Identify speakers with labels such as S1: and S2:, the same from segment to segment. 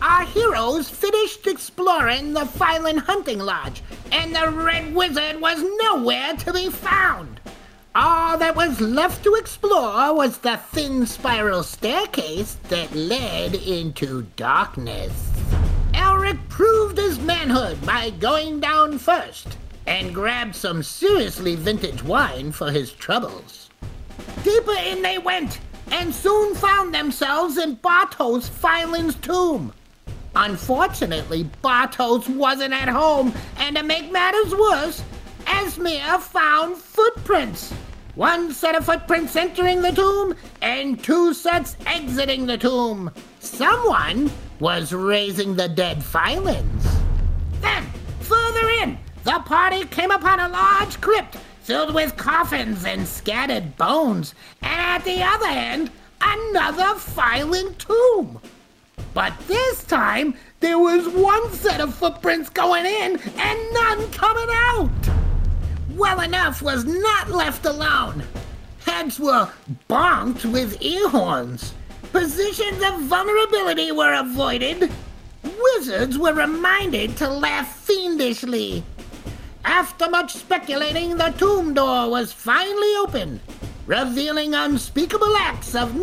S1: our heroes finished exploring the Phylon Hunting Lodge, and the Red Wizard was nowhere to be found. All that was left to explore was the thin spiral staircase that led into darkness. Elric proved his manhood by going down first and grabbed some seriously vintage wine for his troubles. Deeper in they went and soon found themselves in Bartos Phelan's tomb. Unfortunately, Bartos wasn't at home, and to make matters worse, Esmir found footprints. One set of footprints entering the tomb and two sets exiting the tomb. Someone was raising the dead Phylans. Then, further in, the party came upon a large crypt filled with coffins and scattered bones, and at the other end, another Phylan tomb. But this time, there was one set of footprints going in and none coming out. Well enough was not left alone. Heads were bonked with ear horns. Positions of vulnerability were avoided. Wizards were reminded to laugh fiendishly. After much speculating, the tomb door was finally open, revealing unspeakable acts of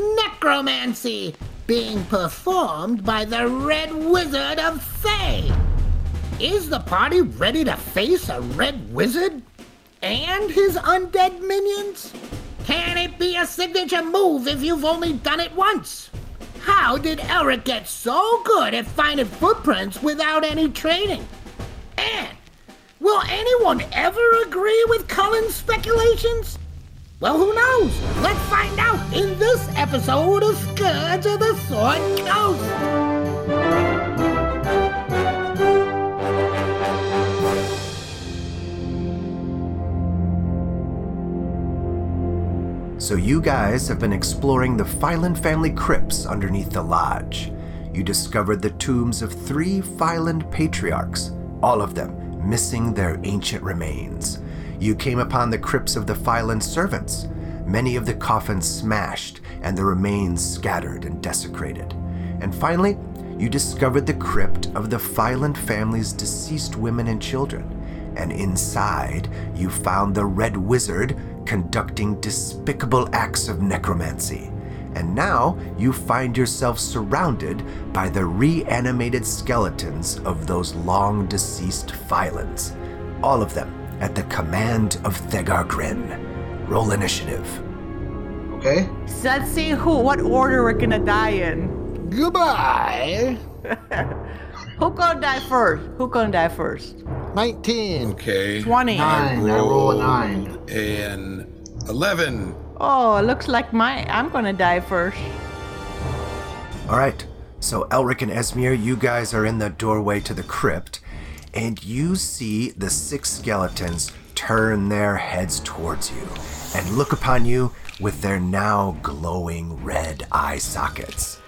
S1: necromancy being performed by the Red Wizard of Fae. Is the party ready to face a Red Wizard and his undead minions? Can it be a signature move if you've only done it once? How did Elric get so good at finding footprints without any training? And Will anyone ever agree with Cullen's speculations? Well, who knows? Let's find out in this episode of Scourge of the Sword Coast.
S2: So, you guys have been exploring the Phelan family crypts underneath the lodge. You discovered the tombs of three Phelan patriarchs, all of them missing their ancient remains. You came upon the crypts of the Phelan servants, many of the coffins smashed and the remains scattered and desecrated. And finally, you discovered the crypt of the Phelan family's deceased women and children and inside you found the Red Wizard conducting despicable acts of necromancy. And now you find yourself surrounded by the reanimated skeletons of those long deceased Phylans, all of them at the command of Thegar Grin. Roll initiative.
S3: Okay?
S4: So let's see who, what order we're gonna die in.
S3: Goodbye!
S4: Who gonna die first? Who gonna die first?
S3: 19.
S5: Okay.
S4: Twenty.
S5: I rolled an 11.
S4: Oh, it looks like my I'm gonna die first.
S2: All right. So Elric and Esmir, you guys are in the doorway to the crypt, and you see the six skeletons turn their heads towards you and look upon you with their now glowing red eye sockets.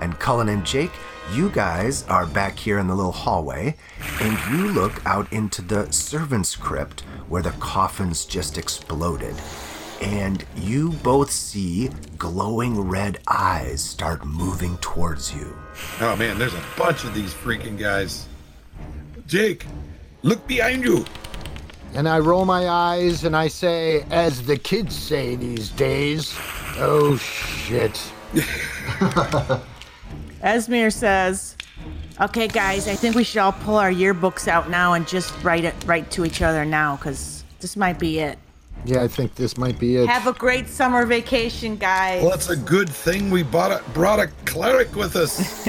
S2: And Cullen and Jake, you guys are back here in the little hallway, and you look out into the servants' crypt where the coffins just exploded and you both see glowing red eyes start moving towards you.
S5: Oh man, there's a bunch of these freaking guys. Jake, look behind you.
S3: And I roll my eyes and I say, as the kids say these days, oh shit.
S4: Esmir says, "Okay, guys, I think we should all pull our yearbooks out now and just write it write to each other now, cause this might be it.
S3: Yeah, I think this might be it.
S4: Have a great summer vacation, guys.
S5: Well, it's a good thing we bought a, brought a cleric with us.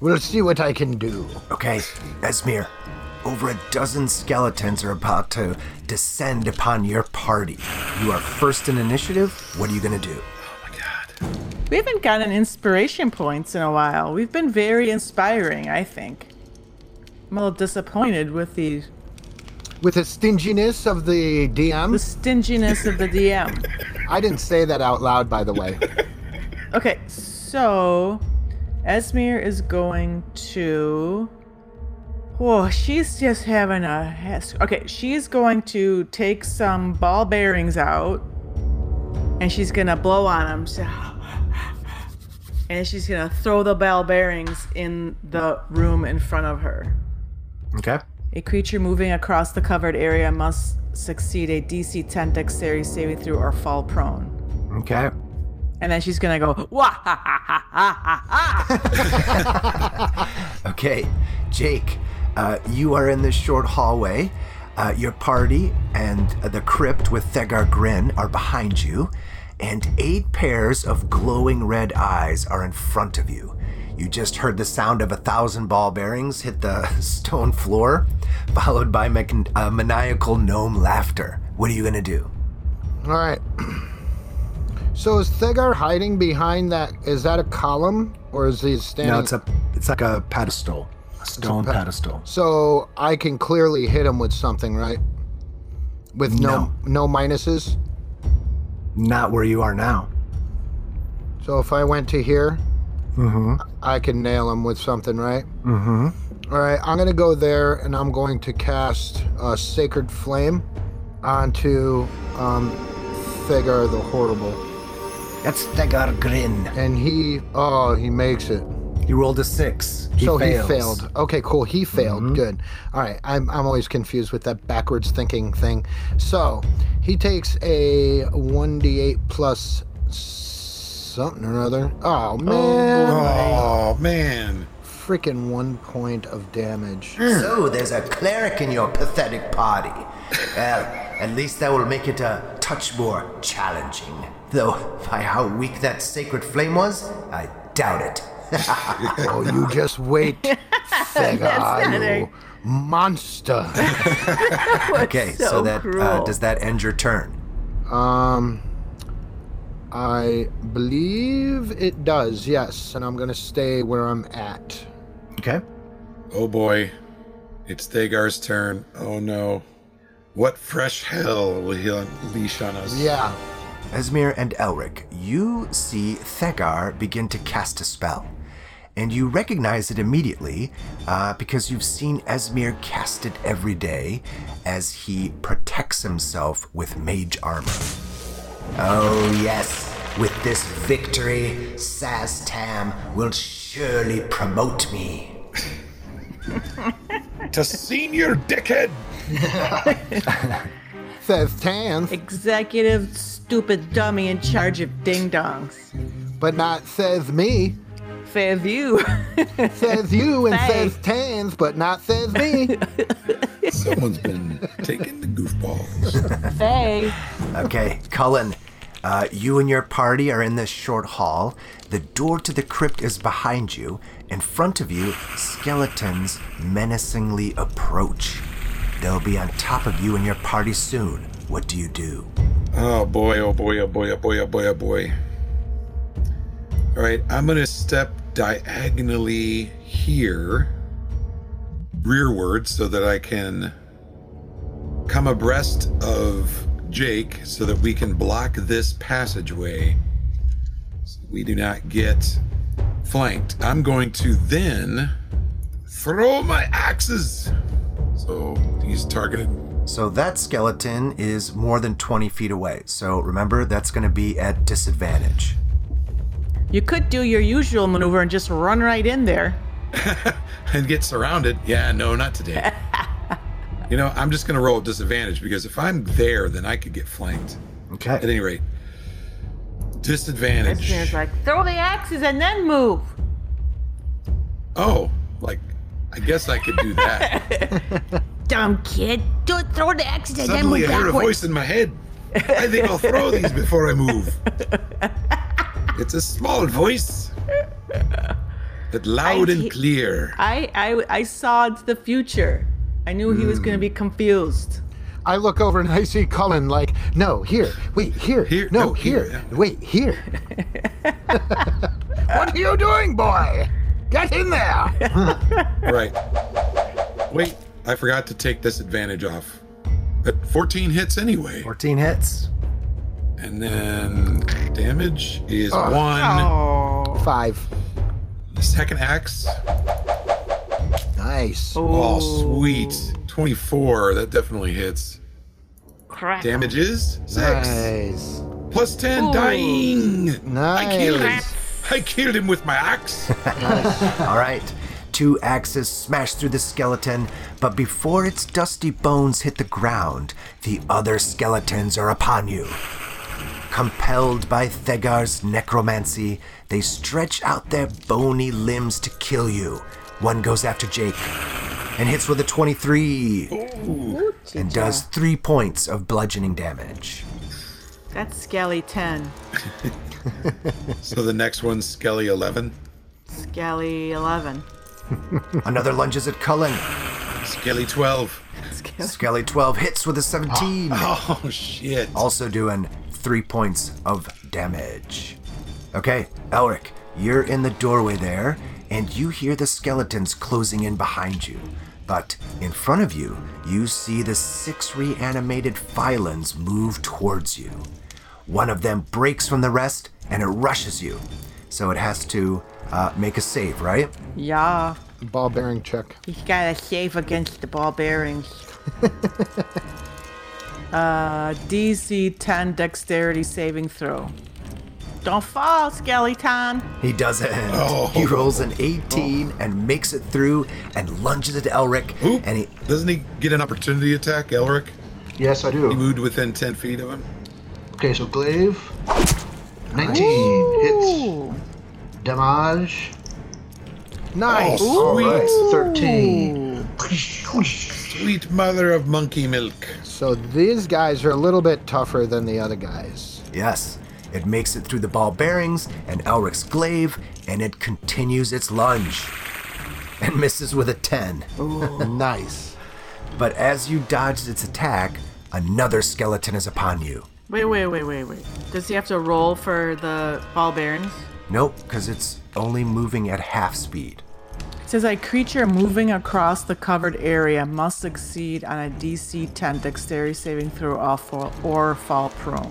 S3: We'll see what I can do.
S2: Okay, Esmir, over a dozen skeletons are about to descend upon your party. You are first in initiative. What are you going to do?
S5: oh my god.
S4: We haven't gotten inspiration points in a while. We've been very inspiring, I think. I'm a little disappointed with the
S6: With the stinginess of the DM,
S4: the stinginess of the DM.
S6: I didn't say that out loud, by the way.
S4: Okay, so Esmir is going to. Whoa, she's just having a. hes- Okay, she's going to take some ball bearings out, and she's gonna blow on them. So, and she's gonna throw the ball bearings in the room in front of her.
S2: Okay.
S4: A creature moving across the covered area must succeed a DC 10 dexterity saving throw or fall prone.
S2: Okay.
S4: And then she's gonna go, wah ha ha ha ha ha ha.
S2: Okay. Jake, uh, you are in this short hallway. Uh, your party and uh, the crypt with Thegar Grin are behind you, and eight pairs of glowing red eyes are in front of you. You just heard the sound of a thousand ball bearings hit the stone floor, followed by mechan- uh, maniacal gnome laughter. What are you going to do?
S6: All right. So is Thegar hiding behind that? Is that a column or is he standing?
S7: No, it's a it's like a pedestal, a stone
S6: pe-
S7: pedestal.
S6: So I can clearly hit him with something, right? With no no, minuses.
S7: Not where you are now.
S6: So if I went to here, I can nail him with something, right? Mm-hmm. All right, I'm gonna go there and I'm going to cast uh, Sacred Flame onto um, Thegar the Horrible,
S2: That's Thegar Grin.
S6: and he oh he makes it.
S2: You rolled a six. He
S6: so
S2: fails.
S6: he failed. Okay, cool. He failed. Good. All right. I'm, I'm always confused with that backwards thinking thing. So he takes a 1d8 plus something or other. Oh, man.
S5: Oh man.
S6: Freaking one point of damage.
S2: So there's a cleric in your pathetic party. Well, at least that will make it a touch more challenging. Though, by how weak that sacred flame was, I doubt it.
S6: Oh, you just wait. Fega, you
S4: it.
S6: monster.
S2: Okay, so, that uh, does that end your turn?
S6: Um, I believe it does, yes. And I'm going to stay where I'm at.
S2: Okay.
S5: Oh boy. It's Thagar's turn. Oh no. What fresh hell will he unleash on us?
S6: Yeah.
S2: Esmir and Elric, you see Thegar begin to cast a spell. And you recognize it immediately uh, because you've seen Esmir cast it every day as he protects himself with mage armor. Oh, yes, with this victory, Saztam will surely promote me.
S5: To senior dickhead!
S6: Fifth tenth.
S4: Executive stupid dummy in charge of ding dongs.
S6: but not says me.
S4: Fair view.
S6: Says you and
S4: Hey.
S6: says tens, but not says me.
S5: Someone's been taking the goofballs.
S4: Faye.
S2: Okay, Cullen, uh, you and your party are in this short hall. The door to the crypt is behind you. In front of you, skeletons menacingly approach. They'll be on top of you and your party soon. What do you do?
S5: Oh boy, oh boy, oh boy, oh boy, oh boy, oh boy. All right, I'm going to step diagonally here, rearward, so that I can come abreast of Jake so that we can block this passageway. So we do not get flanked. I'm going to then throw my axes. So he's targeted.
S2: So that skeleton is more than 20 feet away. So remember, that's going to be at disadvantage.
S4: You could do your usual maneuver and just run right in there.
S5: and get surrounded. Yeah, no, not today. you know, I'm just gonna roll at disadvantage because if I'm there, then I could get flanked. At
S2: Okay.
S5: any rate,
S4: Esmir's
S5: disadvantage.
S4: like, throw the axes and then move.
S5: oh, like I guess I could do that.
S4: Dumb kid. Do it, throw the axes and then
S5: Suddenly,
S4: move
S5: I heard a
S4: backwards.
S5: voice in my head. I think I'll throw these before I move. It's a small voice, but loud
S4: I
S5: and
S4: hate-
S5: clear.
S4: I, I, I saw into the future. I knew he was going to be confused.
S6: I look over and I see Cullen like, no, here, wait, here,
S5: Here,
S6: no,
S5: no,
S6: here,
S5: here, yeah.
S6: wait, here. what are you doing, boy? Get in there.
S5: Right. Wait, I forgot to take this advantage off. But 14 hits anyway.
S8: 14 hits.
S5: And then damage is one.
S4: Oh.
S3: Five.
S5: The second axe.
S3: Nice.
S5: Oh,
S4: Ooh,
S5: sweet. 24. That definitely hits.
S4: Crap.
S5: Damage is six.
S3: Nice.
S5: Plus 10. Dying. I killed him.
S3: Nice.
S5: I killed him with my axe.
S2: All right. Two axes smash through the skeleton, but before its dusty bones hit the ground, the other skeletons are upon you. Compelled by Thegar's necromancy, they stretch out their bony limbs to kill you. One goes after Jake and hits with a 23 and does three points of bludgeoning damage.
S4: That's Scally 10.
S5: so the next one's Skelly 11.
S4: Scally 11.
S2: Another lunges at Cullen.
S5: Skelly 12.
S4: Skelly.
S2: Skelly 12 hits with a 17.
S5: Oh, shit.
S2: also doing three points of damage. Okay, Elric, you're in the doorway there, and you hear the skeletons closing in behind you. But in front of you, you see the six reanimated Phylons move towards you. One of them breaks from the rest and it rushes you. So it has to uh, make a save, right?
S4: Yeah.
S3: Ball bearing check.
S4: He's got to save against the ball bearings. uh, DC 10 dexterity saving throw. Don't fall, Skeleton.
S2: He does it. He rolls an 18 and makes it through and lunges at Elric.
S5: Oop.
S2: And he
S5: Doesn't he get an opportunity attack, Elric?
S9: Yes, I
S5: He
S9: do.
S5: moved within 10 feet of him.
S9: Okay, so glaive. 19 hits.
S4: Ooh.
S9: Damage.
S3: Nice.
S5: Oh, sweet.
S9: Alright, 13.
S5: Sweet mother of monkey milk.
S3: So these guys are a little bit tougher than the other guys.
S2: Yes, it makes it through the ball bearings and Elric's glaive, and it continues its lunge and misses with a 10.
S3: nice.
S2: But as you dodged its attack, another skeleton is upon you.
S4: Wait, wait, wait, wait, wait. Does he have to roll for the ball bearings?
S2: Nope, because it's only moving at half speed.
S4: It says a creature moving across the covered area must succeed on a DC 10 dexterity saving throw or fall, or fall prone.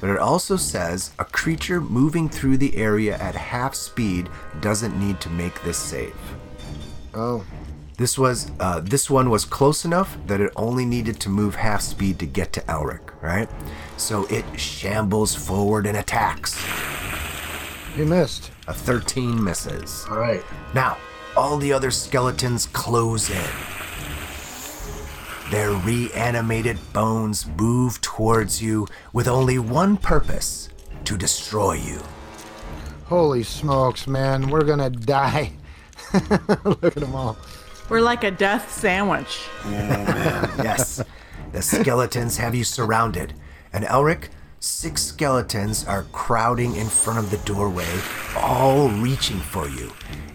S2: But it also says a creature moving through the area at half speed doesn't need to make this save.
S3: Oh,
S2: This was uh, this one was close enough that it only needed to move half speed to get to Elric, right? So it shambles forward and attacks.
S3: he missed.
S2: A 13 misses.
S9: Alright.
S2: Now, all the other skeletons close in. Their reanimated bones move towards you with only one purpose to destroy you.
S3: Holy smokes, man. We're going to die. Look at them all.
S4: We're like a death sandwich.
S2: Yes, the skeletons have you surrounded. And Elric, six skeletons are crowding in front of the doorway, all reaching for you.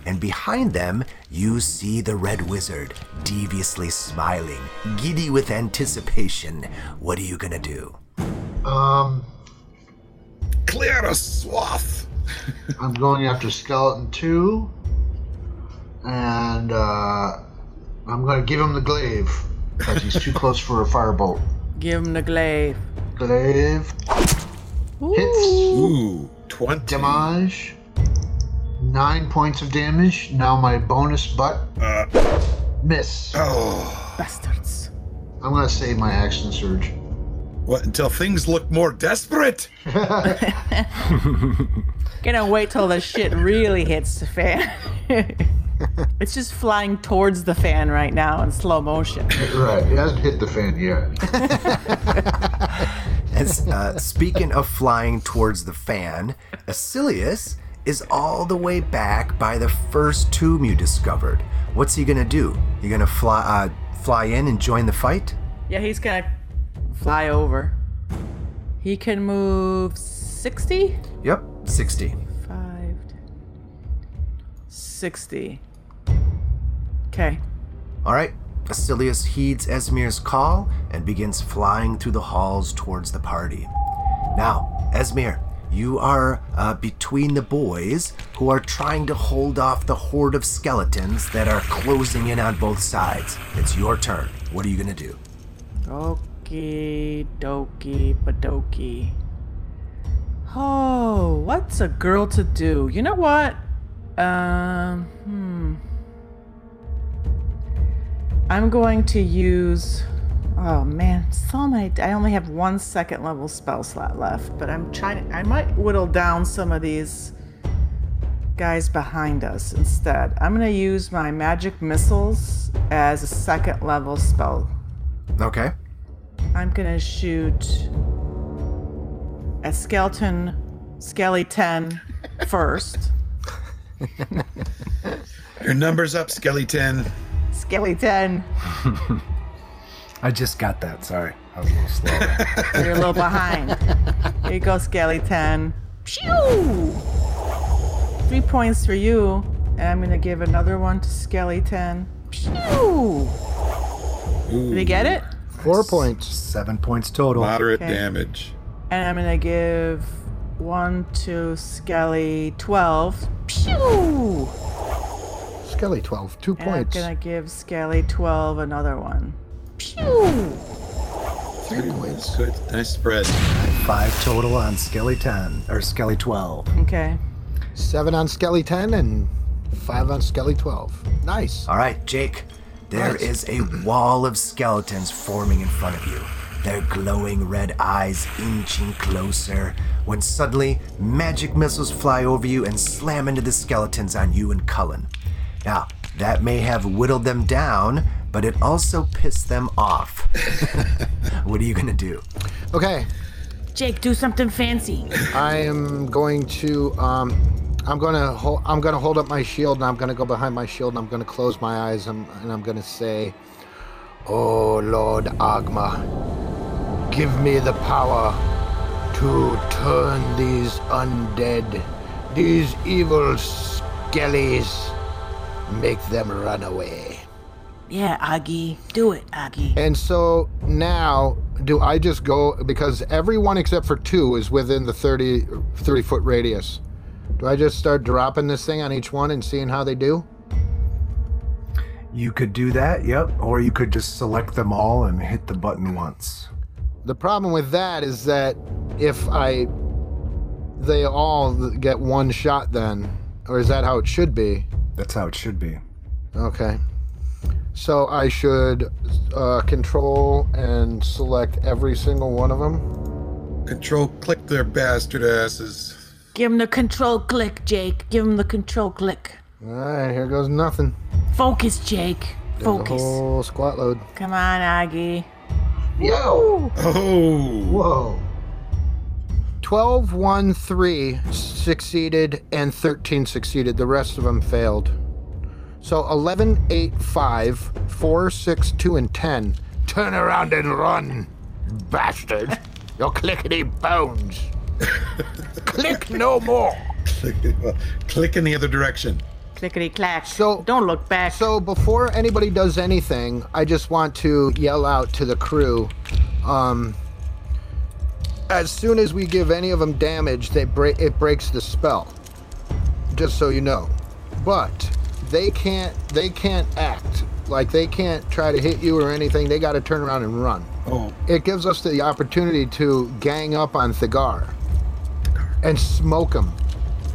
S2: And behind them, you see the red wizard, deviously smiling, giddy with anticipation. What are you gonna do?
S9: Um,
S5: Clear a swath.
S9: I'm going after skeleton two, and uh, I'm going to give him the glaive because he's too close for a firebolt.
S4: Give him the glaive.
S9: Glaive hits
S5: Ooh, 20.
S9: damage. Nine points of damage. Now my bonus butt miss.
S5: Oh.
S4: Bastards.
S9: I'm going to save my action surge.
S5: What, until things look more desperate?
S4: Gonna wait till the shit really hits the fan. it's just flying towards the fan right now in slow motion.
S9: Right, it hasn't hit the fan yet.
S2: As, uh, speaking of flying towards the fan, Asilius is all the way back by the first tomb you discovered. What's he gonna do? You gonna fly uh, fly in and join the fight?
S4: Yeah, he's gonna fly over. He can move 60?
S2: Yep, 60.
S4: 5, 60. Okay.
S2: All right. Asilius heeds Esmir's call and begins flying through the halls towards the party. Now, Esmir, You are uh, between the boys who are trying to hold off the horde of skeletons that are closing in on both sides. It's your turn. What are you going to do?
S4: Okie dokie padokie. Oh, what's a girl to do? You know what? Um, hmm. I'm going to use. Oh man, so many. I only have one second level spell slot left, but I'm trying. I might whittle down some of these guys behind us instead. I'm going to use my magic missiles as a second level spell
S2: Okay.
S4: I'm gonna shoot a skeleton, skeleton first.
S5: Your number's up, Skeleton.
S4: skeleton,
S8: I just got that. Sorry. I was a little slow. there.
S4: you're a little behind. Here you go, skeleton. Pew! Three points for you, and I'm gonna give another one to skeleton. Pew! Did you get it?
S8: Four points. Seven points total.
S5: Moderate
S4: Okay.
S5: damage.
S4: And I'm gonna give one to Skelly 12. Pew!
S6: Skelly 12, two
S4: And
S6: points.
S4: I'm gonna give Skelly 12 another one.
S5: Three points. Good. Nice spread.
S8: Five total on Skelly 10, or Skelly 12.
S4: Okay.
S6: Seven on Skelly 10 and five on Skelly 12. Nice.
S2: All right, Jake. There is a wall of skeletons forming in front of you, their glowing red eyes inching closer, when suddenly magic missiles fly over you and slam into the skeletons on you and Cullen. Now, that may have whittled them down, but it also pissed them off. what are you going to do?
S6: Okay,
S4: Jake, do something fancy.
S6: I am going to um I'm going to hold I'm going to hold up my shield and I'm going to go behind my shield and I'm going to close my eyes and, and I'm going to say, "Oh Lord Agma, give me the power to turn these undead, these evil skellies, make them run away."
S4: Yeah, Aggie. Do it, Aggie.
S6: And so now, do I just go because everyone except for two is within the 30, 30 foot radius? Do I just start dropping this thing on each one and seeing how they do?
S8: You could do that, yep. Or you could just select them all and hit the button once.
S6: The problem with that is that if I, they all get one shot then, or is that how it should be?
S8: That's how it should be.
S6: Okay. So I should uh, control and select every single one of them.
S5: Control click their bastard asses.
S4: Give him the control click, Jake. Give him the control click.
S6: All right, here goes nothing.
S4: Focus, Jake. Focus.
S6: Whole squat load.
S4: Come on, Aggie.
S9: Yo!
S5: Oh.
S9: Whoa!
S6: 12 1 3 succeeded and 13 succeeded the rest of them failed so 11 8 5 4 6 2 and 10 turn around and run bastard your clickety bones click no more
S5: click in the other direction.
S4: Clickety clack.
S6: So-
S4: don't look back.
S6: so before anybody does anything i just want to yell out to the crew um as soon as we give any of them damage they break it breaks the spell just so you know. But they can't they can't act. Like they can't try to hit you or anything. They got to turn around and run.
S5: Oh.
S6: It gives us the opportunity to gang up on Thigar and smoke him.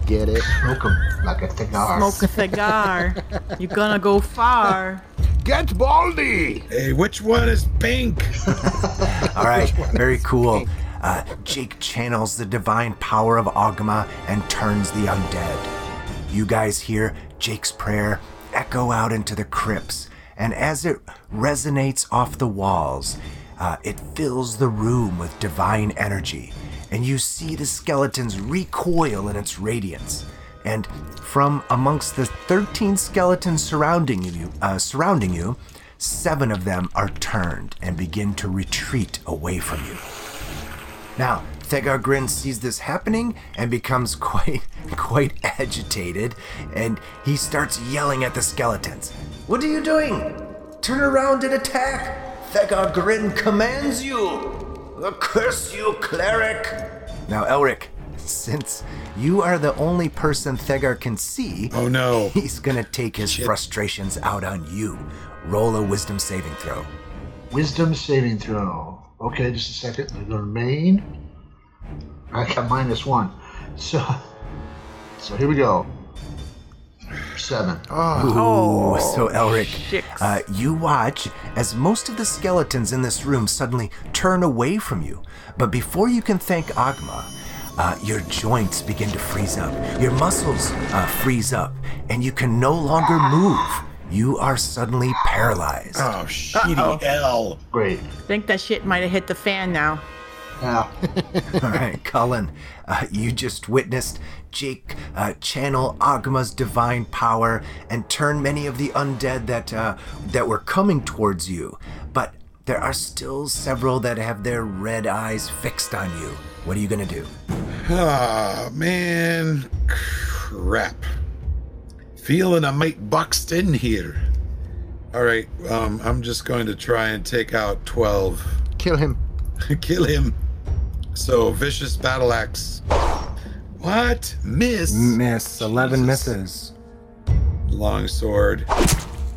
S6: Get it?
S9: Smoke 'em like a cigar.
S4: Smoke a cigar. You're gonna go far.
S6: Get Baldy.
S5: Hey, which one is pink?
S2: All right, very cool. Uh, Jake channels the divine power of Agma and turns the undead. You guys hear Jake's prayer echo out into the crypts, and as it resonates off the walls, uh, it fills the room with divine energy, and you see the skeletons recoil in its radiance. And from amongst the 13 skeletons surrounding you, uh, surrounding you, seven of them are turned and begin to retreat away from you. Now, Thegar Grin sees this happening and becomes quite, quite agitated, and he starts yelling at the skeletons. What are you doing? Turn around and attack! Thegar Grin commands you! Curse you, cleric! Now, Elric, Since you are the only person Thegar can see,
S5: Oh no.
S2: he's gonna take his frustrations out on you. Roll a wisdom saving throw.
S9: Wisdom saving throw. Okay, just a second. I go to main. I got minus one. So, so here we go. Seven.
S2: Ooh, so Elric,
S4: Shicks.
S2: uh, you watch as most of the skeletons in this room suddenly turn away from you. But before you can thank Agma, uh, your joints begin to freeze up, your muscles uh, freeze up, and you can no longer move. You are suddenly paralyzed.
S5: Oh shitty L.
S9: Great.
S4: Think that shit might have hit the fan now.
S9: Yeah.
S2: All right, Cullen, uh, you just witnessed Jake uh, channel Agma's divine power and turn many of the undead that uh, that were coming towards you, but there are still several that have their red eyes fixed on you. What are you gonna do?
S5: Ah man, crap. Feeling I might boxed in here. All right, um, I'm just going to try and take out twelve.
S6: Kill him.
S5: Kill him. So vicious battle axe. What? Miss.
S8: Miss. 11
S5: Jesus.
S8: misses.
S5: Long sword.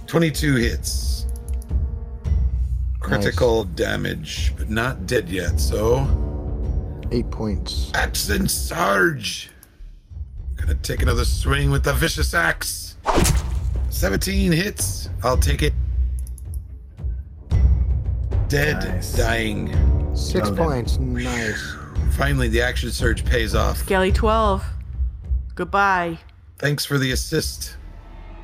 S5: 22 hits. Critical damage, but not dead yet, so.
S6: Eight points.
S5: Axe and Sarge! Gonna take another swing with the vicious axe. 17 hits. I'll take it. Dead,
S8: Nice.
S5: dying.
S6: Six
S8: Well done.
S6: points. Nice.
S5: Finally, the action surge pays off.
S4: Galley 12. Goodbye.
S5: Thanks for the assist.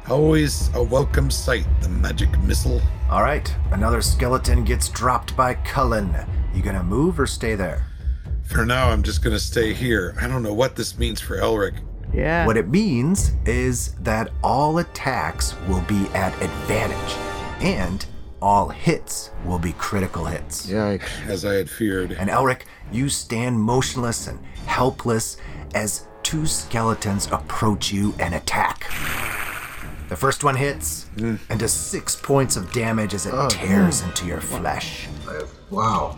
S5: Always a welcome sight, the magic missile.
S2: All right, another skeleton gets dropped by Cullen. You gonna move or stay there?
S5: For now, I'm just gonna stay here. I don't know what this means for Elric.
S4: Yeah.
S2: What it means is that all attacks will be at advantage, and all hits will be critical hits.
S6: Yikes.
S5: as I had feared.
S2: And Elric, you stand motionless and helpless as two skeletons approach you and attack. The first one hits and does six points of damage as it tears into your flesh.
S9: I have, wow.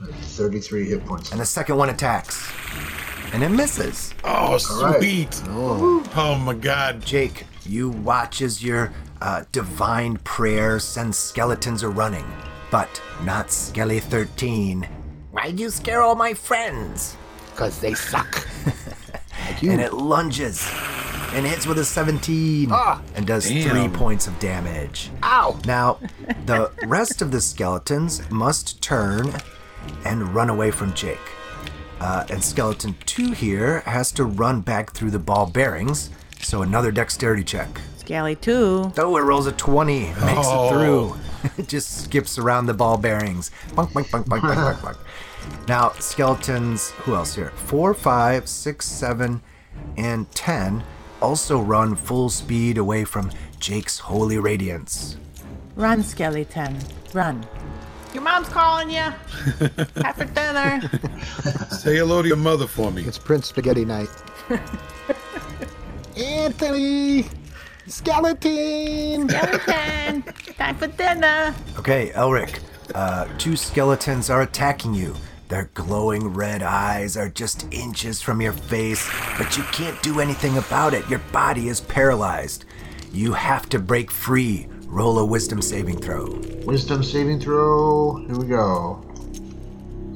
S9: I have 33 hit points.
S2: And the second one attacks and it misses.
S5: Oh,
S9: right.
S5: sweet! Oh my god.
S2: Jake, you watch as your uh, divine prayer sends skeletons a running, but not Skelly 13. Why'd you scare all my friends?
S6: Because they suck.
S2: and it lunges and hits with a 17 and does
S5: Damn.
S2: three points of damage.
S6: Ah. Ow.
S2: Now, the rest of the skeletons must turn and run away from Jake. Uh, and skeleton two here has to run back through the ball bearings, so another dexterity check.
S4: It's Galley 2.
S2: Though it rolls a 20, makes
S5: Oh.
S2: it through. it just skips around the ball bearings. Bunk, bunk, bunk, bunk, bunk, bunk, bunk. Now, skeletons, who else here? Four, five, six, seven, and 10 also run full speed away from Jake's holy radiance.
S4: Run, skeleton. Run. Your mom's calling you. Have for dinner.
S5: Say hello to your mother for me.
S6: It's Prince Spaghetti Night. Anthony! Skeleton!
S4: Skeleton. Time for dinner.
S2: Okay, Elric, uh, two skeletons are attacking you. Their glowing red eyes are just inches from your face, but you can't do anything about it. Your body is paralyzed. You have to break free. Roll a wisdom saving throw.
S9: Wisdom saving throw. Here we go.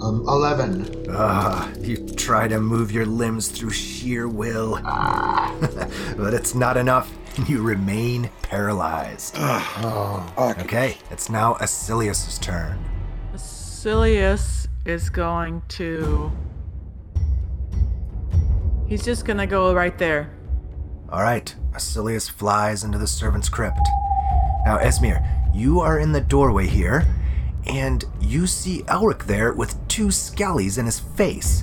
S9: Um, 11.
S2: Ah, you try to move your limbs through sheer will, but it's not enough. You remain paralyzed. okay, it's now Asilius' turn.
S4: Silius is going to. He's just gonna go right there.
S2: All right, Asilius flies into the servant's crypt. Now, Esmir, you are in the doorway here, and you see Elric there with two skellies in his face.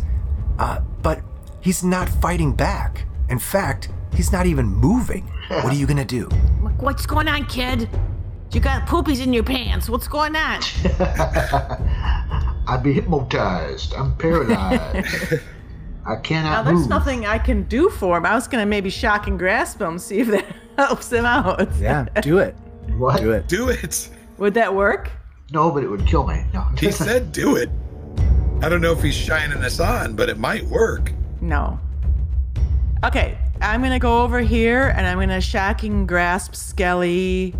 S2: Uh, but he's not fighting back. In fact, he's not even moving. What are you gonna do?
S4: Like, What's going on, kid? You got poopies in your pants. What's going on?
S9: I'd be hypnotized. I'm paralyzed. I
S4: Now,
S9: cannot
S4: there's
S9: move.
S4: nothing I can do for him. I was gonna maybe shock and grasp him, see if that helps him out.
S2: do it.
S9: What?
S2: it.
S5: Do it!
S4: Would that work?
S9: No, but it would kill me. No.
S5: He said do it. I don't know if he's shining us on, but it might work.
S4: No. Okay, I'm gonna go over here and I'm gonna shocking grasp Skelly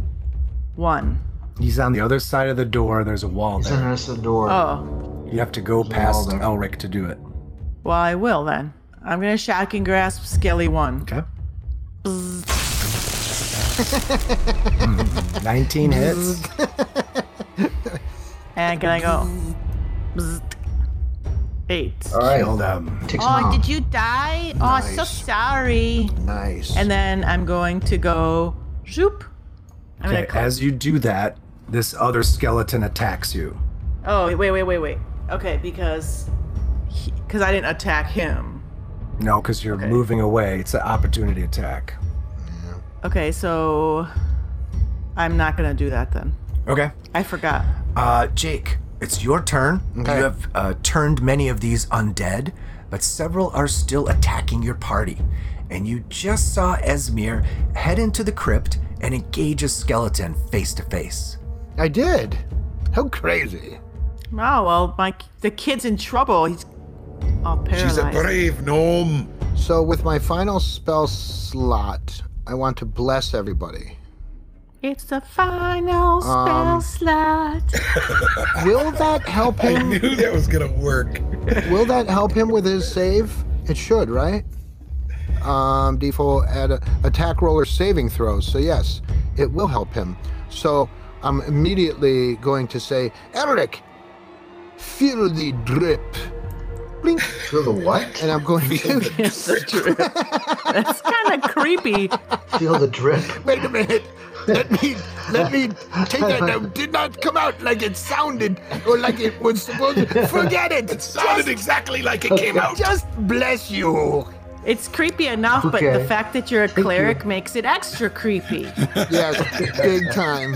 S4: one.
S8: He's on the other side of the door. There's a wall
S9: He's in
S8: there.
S9: this door.
S4: Oh,
S8: You have to go
S9: a wall
S8: past
S9: there.
S8: Elric to do it.
S4: well, I will then. I'm gonna shocking grasp Skelly one.
S8: Okay. Hmm. 19 hits.
S4: And can I go? Bzzzt. Eight.
S9: All right.
S8: Killed him.
S9: Takes him
S4: Oh,
S9: out.
S4: did you die? Oh, so
S6: Nice.
S4: sorry.
S6: Nice.
S4: And then I'm going to go. Zoop. I'm
S8: Okay,
S4: gonna cl-
S8: as you do that, this other skeleton attacks you.
S4: oh, wait, wait, wait, wait. Okay, because because I didn't attack him.
S8: No, because you're
S4: Okay.
S8: moving away. It's an opportunity attack.
S4: Okay, so I'm not gonna do that then.
S8: Okay.
S4: I forgot.
S2: Uh, Jake, it's your turn.
S6: Okay.
S2: You have uh, turned many of these undead, but several are still attacking your party. And you just saw Esmir head into the crypt and engage a skeleton face to face.
S6: I did. How crazy.
S4: Oh well, my the kid's in trouble. He's all
S5: She's a
S4: paralyzed.
S5: brave gnome.
S6: So, with my final spell slot, I want to bless everybody.
S4: it's the final
S6: Um,
S4: spell slot.
S6: Will that help
S5: I
S6: him?
S5: knew that was gonna work.
S6: Will that help him with his save? It should, right? Um, D4 at a, attack roller saving throws. So yes, it will help him. So I'm immediately going to say, Eric, feel the drip,
S9: Feel the what?
S6: and I'm going to
S4: That's kind of creepy.
S9: Feel the drip.
S6: wait a minute. Let me let me take that. That did not come out like it sounded or like it was supposed. to. Forget it.
S5: Sounded exactly like it came out.
S6: Just bless you.
S4: It's creepy enough, but
S9: Okay.
S4: the fact that you're a cleric makes it extra creepy.
S6: Yes, big time.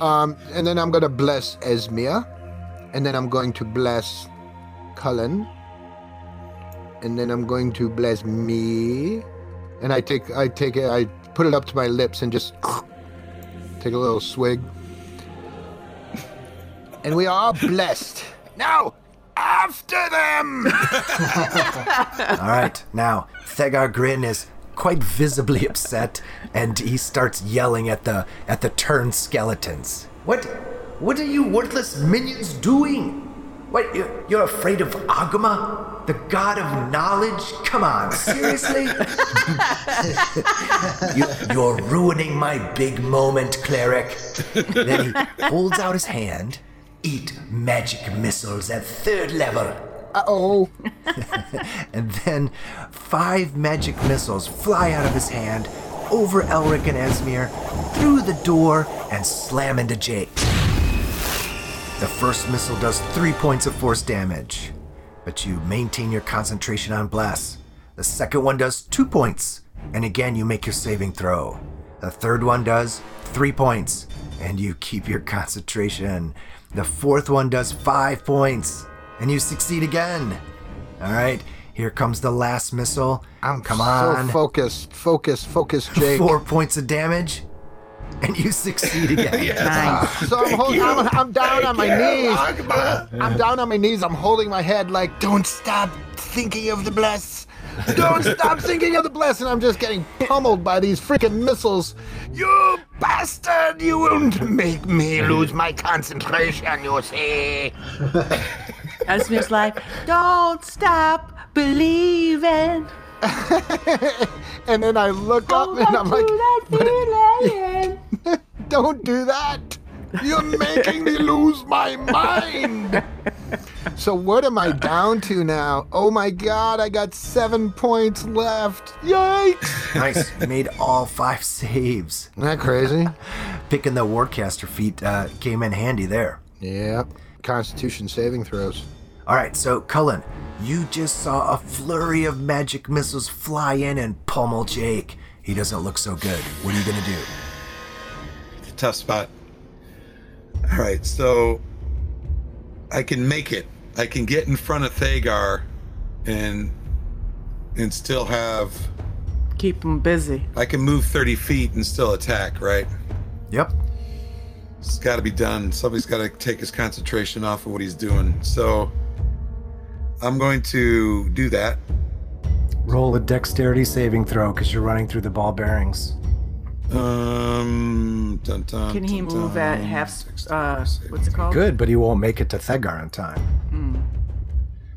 S6: Um, and then I'm gonna bless Esmia, and then I'm going to bless Cullen, and then I'm going to bless me, and I take I take it I put it up to my lips and just take a little swig, and we are blessed. Now, after them.
S2: All right, now Thegar Grin is quite visibly upset, and he starts yelling at the at the turned skeletons. What? What are you worthless minions doing? What? you- You're afraid of Agama, the god of knowledge? Come on, seriously? you, you're ruining my big moment, cleric. Then he holds out his hand. Eat magic missiles at third level.
S6: Uh oh.
S2: And then five magic missiles fly out of his hand, over Elric and Esmir, through the door, and slam into Jake. The first missile does three points of force damage, but you maintain your concentration on Bless. The second one does two points, and again you make your saving throw. The third one does three points, and you keep your concentration. The fourth one does five points, and you succeed again. All right, here comes the last missile.
S6: I'm
S2: Come
S6: so
S2: on.
S6: focused, focus, focus, Jake.
S2: Four points of damage, and you succeed again. Ah,
S6: So I'm, holding, I'm, I'm down on my knees.
S5: Agma.
S6: I'm down on my knees. I'm holding my head like, don't stop thinking of the bless. Don't stop thinking of the bless. And I'm just getting pummeled by these freaking missiles. You bastard. You won't make me lose my concentration, you see.
S4: Esmir's like, don't stop believing.
S6: And then I look up and I'm like, "But don't do that. You're making me lose my mind. So what am I down to now? Oh my god, I got seven points left. Yikes!
S2: Nice. You made all five saves.
S6: Isn't that crazy?
S2: Picking the Warcaster feat uh, came in handy there.
S6: Yeah. Constitution saving throws.
S2: All right, so Cullen, you just saw a flurry of magic missiles fly in and pummel Jake. He doesn't look so good. What are you gonna do?
S5: Tough spot. All right, so I can make it. I can get in front of Thagar, and and still have.
S4: Keep him busy.
S5: I can move thirty feet and still attack. Right.
S2: Yep.
S5: It's got to be done. Somebody's got to take his concentration off of what he's doing. So I'm going to do that.
S8: Roll a dexterity saving throw because you're running through the ball bearings.
S5: Um, dun, dun,
S4: Can he
S5: dun,
S4: move
S5: dun.
S4: at half? s- Uh, what's it called?
S8: Good, but he won't make it to Thegar in time.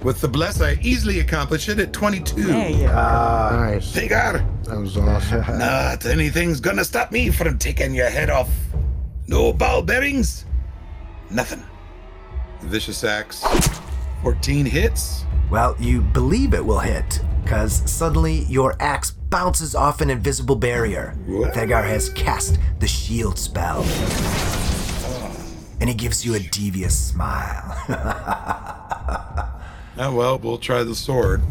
S5: With the bless, I easily accomplish it at 22.
S4: There you
S5: Ah.
S4: go.
S6: Nice.
S5: Tigar,
S6: That was awesome.
S5: not anything's gonna stop me from taking your head off. No ball bearings, nothing. Vicious axe, 14 hits.
S2: Well, you believe it will hit, because suddenly your axe bounces off an invisible barrier. Thegar has cast the shield spell. And he gives you a devious smile.
S5: Oh well, we'll try the sword.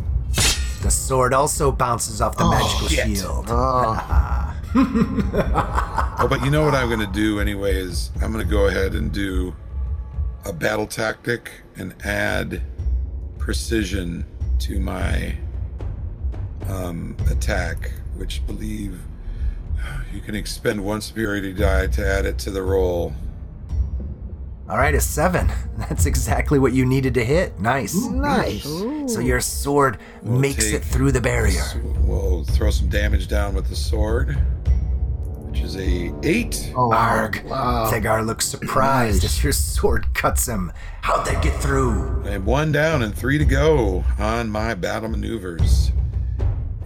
S2: the sword also bounces off the magical
S5: shit.
S2: shield.
S6: Ah.
S5: Oh, but you know what I'm gonna do anyway is I'm gonna go ahead and do a battle tactic and add precision to my um, attack, which believe you can expend one severity die to add it to the roll.
S2: All right, a seven. That's exactly what you needed to hit. Nice.
S6: Nice.
S2: So your sword makes
S5: take
S2: it through the barrier.
S5: So we'll throw some damage down with the sword, which is a eight.
S9: Oh, wow.
S2: Arg. Thegar looks surprised as your sword cuts him. How'd that get through?
S5: I have one down and three to go on my battle maneuvers.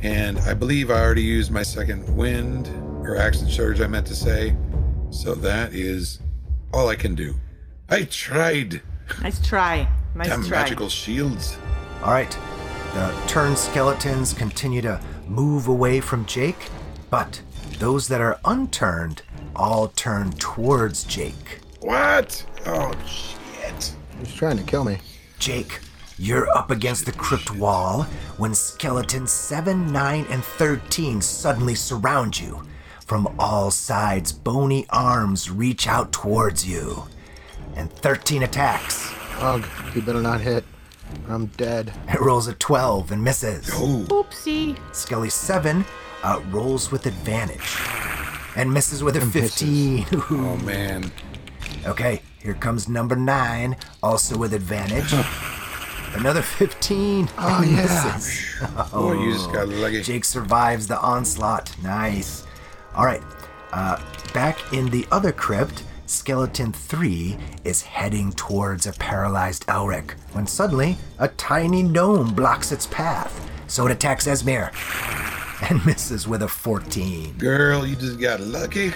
S5: And I believe I already used my second wind or action surge, I meant to say. So that is all I can do. I tried.
S4: Nice try. Nice
S5: Damn
S4: try.
S5: magical shields.
S2: All right. The turned skeletons continue to move away from Jake, but those that are unturned all turn towards Jake.
S5: What? Oh, shit.
S6: He's trying to kill me.
S2: Jake, you're up against the crypt wall when skeletons 7, 9, and 13 suddenly surround you. From all sides, bony arms reach out towards you. And 13 attacks.
S6: Ugh, you better not hit. I'm dead.
S2: It rolls a 12 and misses.
S4: Oopsie.
S2: Skelly 7 uh, rolls with advantage and misses with a 15.
S5: Oh, man.
S2: okay, here comes number 9, also with advantage. Another 15. Oh, yes.
S5: Oh, you just got lucky.
S2: Jake survives the onslaught. Nice. All right. Uh, back in the other crypt, Skeleton 3 is heading towards a paralyzed Elric when suddenly a tiny gnome blocks its path. So it attacks Esmir and misses with a 14.
S5: Girl, you just got lucky.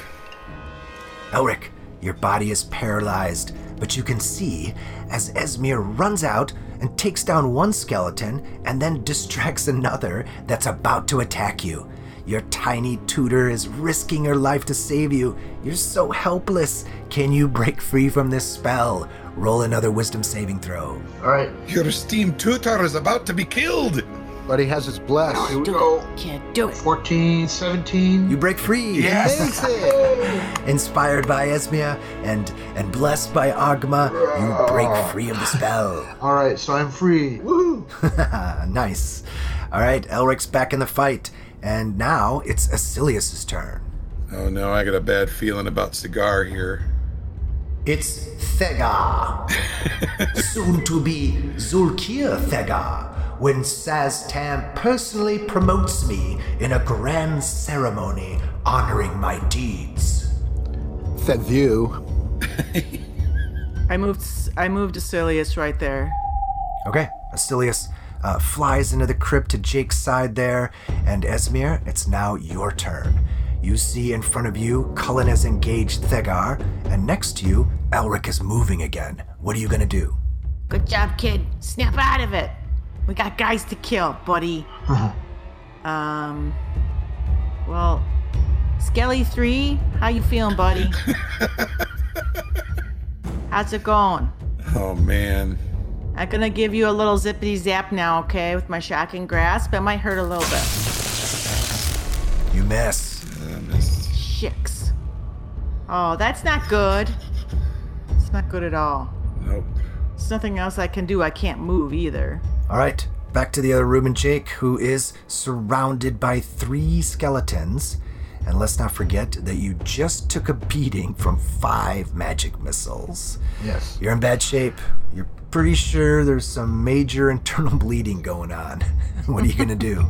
S2: Elric, your body is paralyzed, but you can see as Esmir runs out and takes down one skeleton and then distracts another that's about to attack you. Your tiny tutor is risking her life to save you. You're so helpless. Can you break free from this spell? Roll another wisdom saving throw.
S9: All right,
S5: Your esteemed tutor is about to be killed.
S6: But he has his bless.
S9: here we go.
S10: Can't do it.
S9: 14, 17.
S2: You break free.
S6: Takes it.
S2: Inspired by Esmir and and blessed by Agma, you break free of the spell.
S9: All right, so I'm free. Woohoo!
S2: nice. All right, Elric's back in the fight, and now it's Asilius' turn.
S5: Oh, no, I got a bad feeling about cigar here.
S2: It's Thegar, soon to be Zulkir Thegar, when Saztam personally promotes me in a grand ceremony honoring my deeds.
S6: That view.
S4: I moved. s- I moved Acilius right there.
S2: Okay, Asilius uh, flies into the crypt to Jake's side there, and Esmir, it's now your turn. You see in front of you, Cullen has engaged Thegar, and next to you, Elric is moving again. What are you gonna do?
S10: Good job, kid. Snap out of it.
S4: We got guys to kill, buddy. um. Well, Skelly three, how you feeling, buddy? How's it going?
S5: Oh, man.
S4: I'm gonna give you a little zippity zap now, okay? With my shocking grasp, it might hurt a little bit.
S2: You miss.
S5: I missed.
S4: Shicks. Oh, that's not good. It's not good at all.
S5: Nope.
S4: There's nothing else I can do. I can't move either.
S2: All right, back to the other room and Jake, who is surrounded by three skeletons. And let's not forget that you just took a beating from five magic missiles.
S9: Yes.
S2: You're in bad shape. You're pretty sure there's some major internal bleeding going on. what are you going to do?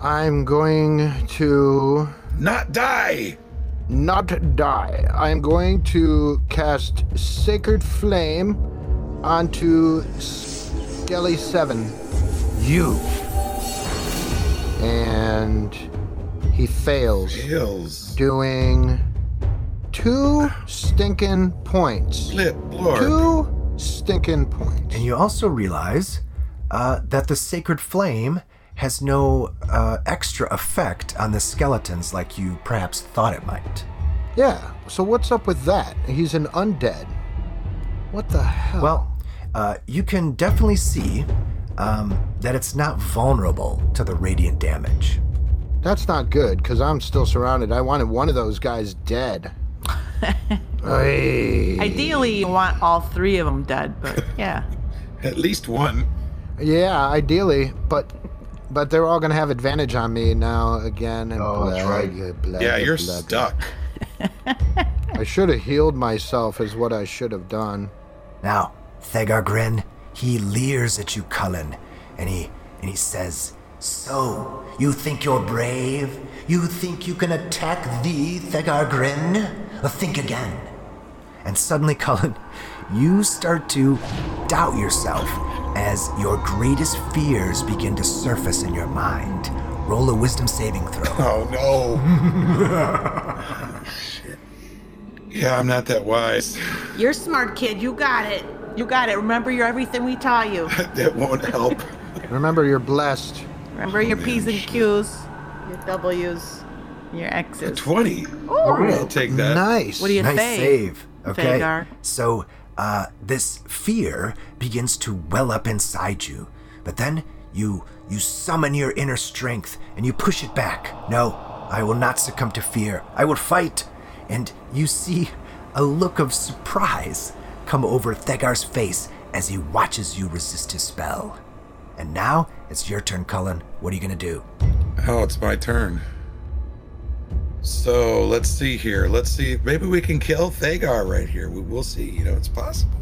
S6: I'm going to
S5: Not die.
S6: not die. I'm going to cast Sacred Flame onto Skelly 7.
S2: You.
S6: And he fails,
S5: Hills.
S6: doing two stinking points.
S5: Flip. Lord.
S6: Two stinking points.
S2: And you also realize uh, that the sacred flame has no uh, extra effect on the skeletons like you perhaps thought it might.
S6: Yeah, so what's up with that? He's an undead. What the hell?
S2: Well, uh, you can definitely see um, that it's not vulnerable to the radiant damage.
S6: That's not good because I'm still surrounded. I wanted one of those guys dead. Ay.
S4: Ideally, you want all three of them dead, but yeah.
S5: At least one.
S6: Yeah, ideally, but but they're all gonna have advantage on me now again. And
S9: Oh, that's
S6: blah,
S9: right.
S6: blah, blah,
S5: Yeah, you're
S6: blah, blah.
S5: stuck.
S6: I should have healed myself, is what I should have done.
S2: Now, Thegar Grin, he leers at you, Cullen, and he and he says, So, you think you're brave? You think you can attack thee, Thegar Grin? Well, think again. And suddenly, Cullen, you start to doubt yourself as your greatest fears begin to surface in your mind. Roll a wisdom saving throw.
S5: Oh no. Shit. Yeah, I'm not that wise.
S10: You're smart, kid. You got it.
S4: You got it. Remember, you're everything we taught you.
S5: That won't help.
S6: Remember, you're blessed.
S4: Remember your P's and Q's, your W's, your X's.
S5: Twenty. I'll take that.
S6: Nice.
S4: What do you
S2: nice
S4: think?
S2: save. Okay.
S4: Vagar.
S2: So uh, this fear begins to well up inside you, but then you you summon your inner strength and you push it back. No, I will not succumb to fear. I will fight. And you see a look of surprise come over Thegar's face as he watches you resist his spell. And now it's your turn, Cullen. What are you gonna do?
S5: Oh, it's my turn. So let's see here. Let's see. Maybe we can kill Thagar right here. We, we'll see. You know, it's possible.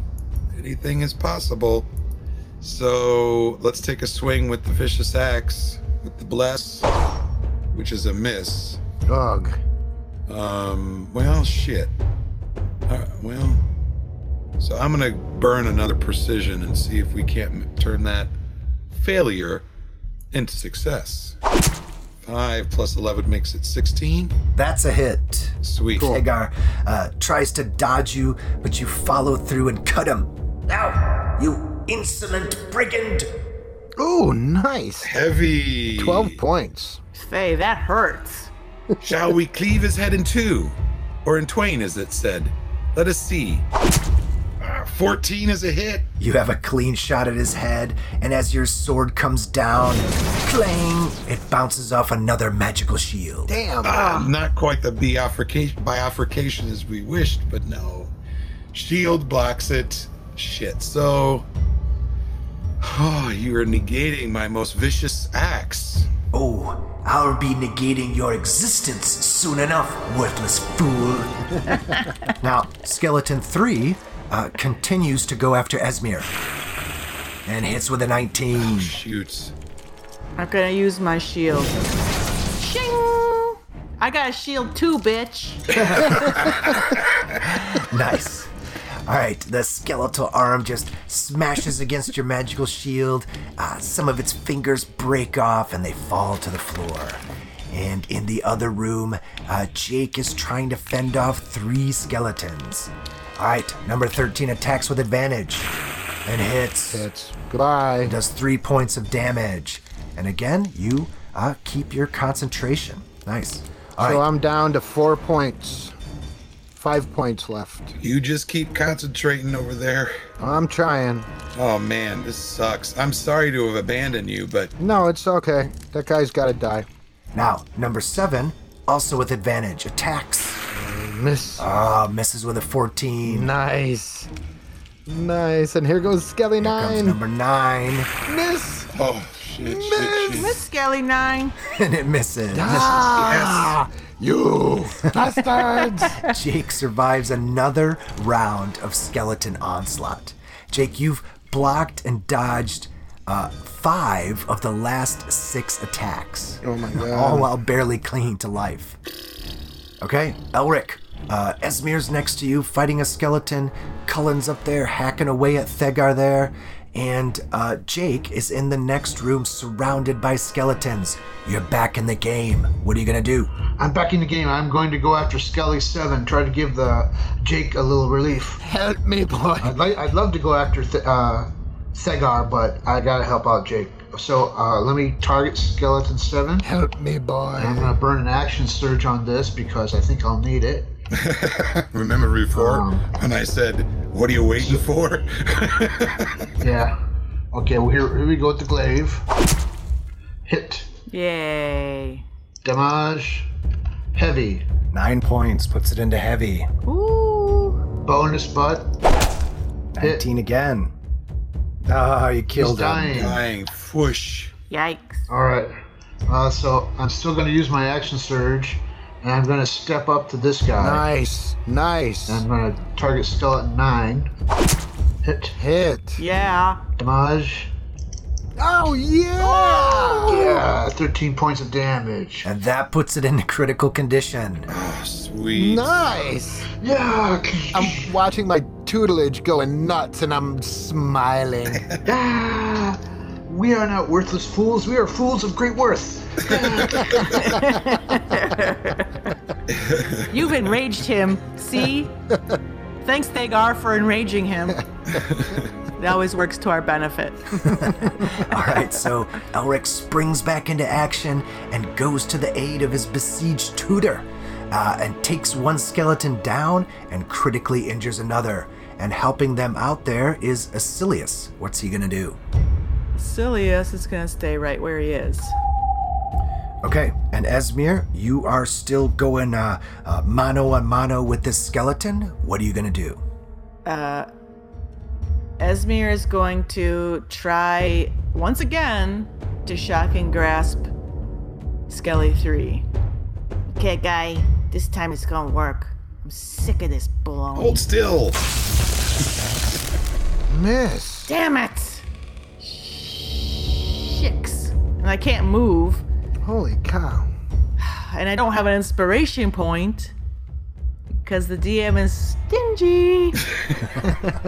S5: Anything is possible. So let's take a swing with the vicious axe with the bless, which is a miss.
S6: Ugh.
S5: Um. Well, shit. Uh, well. So I'm gonna burn another precision and see if we can't m- turn that failure into success. Five plus eleven makes it sixteen.
S2: That's a hit.
S5: Sweet.
S2: Hagar uh, tries to dodge you, but you follow through and cut him. Now, you insolent brigand!
S6: Ooh, nice.
S5: Heavy.
S6: Twelve points.
S4: Faye, that hurts.
S5: Shall we cleave his head in two, or in twain, as it said? Let us see. Ah, Fourteen is a hit.
S2: You have a clean shot at his head, and as your sword comes down, clang, it bounces off another magical shield.
S6: Damn.
S5: Ah, not quite the bifurcation, bifurcation as we wished, but no. Shield blocks it. Shit. So, oh, you are negating my most vicious axe.
S2: Oh, I'll be negating your existence soon enough, worthless fool. now, Skeleton 3 uh, continues to go after Esmir and hits with a 19.
S5: Shoots.
S4: I'm gonna use my shield. Shing! I got a shield too, bitch.
S2: Nice. All right, the skeletal arm just smashes against your magical shield. Uh, some of its fingers break off and they fall to the floor. And in the other room, uh, Jake is trying to fend off three skeletons. All right, number 13 attacks with advantage and hits.
S6: It's goodbye.
S2: Does three points of damage. And again, you uh, keep your concentration. Nice. All right.
S6: So I'm down to four points. Five points left.
S5: You just keep concentrating over there.
S6: I'm trying.
S5: Oh man, this sucks. I'm sorry to have abandoned you, but
S6: No, it's okay. That guy's gotta die.
S2: now, number seven, also with advantage, attacks.
S6: Miss.
S2: Ah, misses with a 14.
S6: Nice. Nice. And here goes Skelly
S2: Comes
S6: 9.
S2: number nine,
S6: Miss.
S5: oh shit, shit, shit.
S4: Miss Skelly Nine.
S2: and it misses.
S6: Ah, you bastards!
S2: Jake survives another round of skeleton onslaught. Jake, you've blocked and dodged uh, five of the last six attacks.
S6: Oh my
S2: all
S6: god.
S2: while barely clinging to life. Okay, Elric. Uh, Esmir's next to you, fighting a skeleton. Cullen's up there, hacking away at Thegar there. And uh, Jake is in the next room, surrounded by skeletons. You're back in the game. What are you gonna do?
S9: I'm back in the game. I'm going to go after Skelly Seven. Try to give the Jake a little relief.
S6: Help me, boy.
S9: I'd like. I'd love to go after Th- uh, Thegar, but I gotta help out Jake. So uh, let me target Skeleton Seven.
S6: Help me, boy.
S9: I'm gonna burn an action surge on this because I think I'll need it.
S5: Remember before
S9: Um.
S5: when I said, "What are you waiting for?"
S9: Yeah. Okay. Well, here, here we go with the glaive. Hit.
S4: Yay.
S9: Damage. Heavy.
S2: Nine points puts it into heavy.
S4: Ooh.
S9: Bonus butt. Hit.
S2: 19 again. Ah, you
S9: He's
S2: killed him.
S9: dying.
S5: Dying. Whoosh.
S10: Yikes.
S9: All right. Uh, so I'm still going to use my action surge, and I'm going to step up to this guy.
S6: Nice. Nice.
S9: I'm going to target skeleton nine. Hit
S6: Hit.
S4: Yeah.
S9: damage.
S6: Oh yeah.
S9: Yeah, 13 points of damage.
S2: And that puts it into critical condition.
S5: Oh, Sweet.
S6: Nice.
S9: Yeah,
S6: I'm watching my tutelage going nuts and I'm smiling.
S9: yeah. We are not worthless fools. We are fools of great worth.
S4: You've enraged him. See? Thanks, Thagar, for enraging him. That always works to our benefit.
S2: All right, so Elric springs back into action and goes to the aid of his besieged tutor uh, and takes one skeleton down and critically injures another. And helping them out there is Asilius. What's he gonna do?
S4: Silius is going to stay right where he is.
S2: Okay, and Esmir, you are still going uh, uh, mano a mano with this skeleton. What are you gonna do?
S4: Esmir is going to try once again to shock and grasp Skelly 3.
S10: Okay, guy, this time it's gonna work. I'm sick of this blown.
S5: Hold still.
S6: Miss.
S10: Damn it!
S4: Chicks. And I can't move,
S6: Holy cow.
S4: and I don't have an inspiration point because the DM is stingy.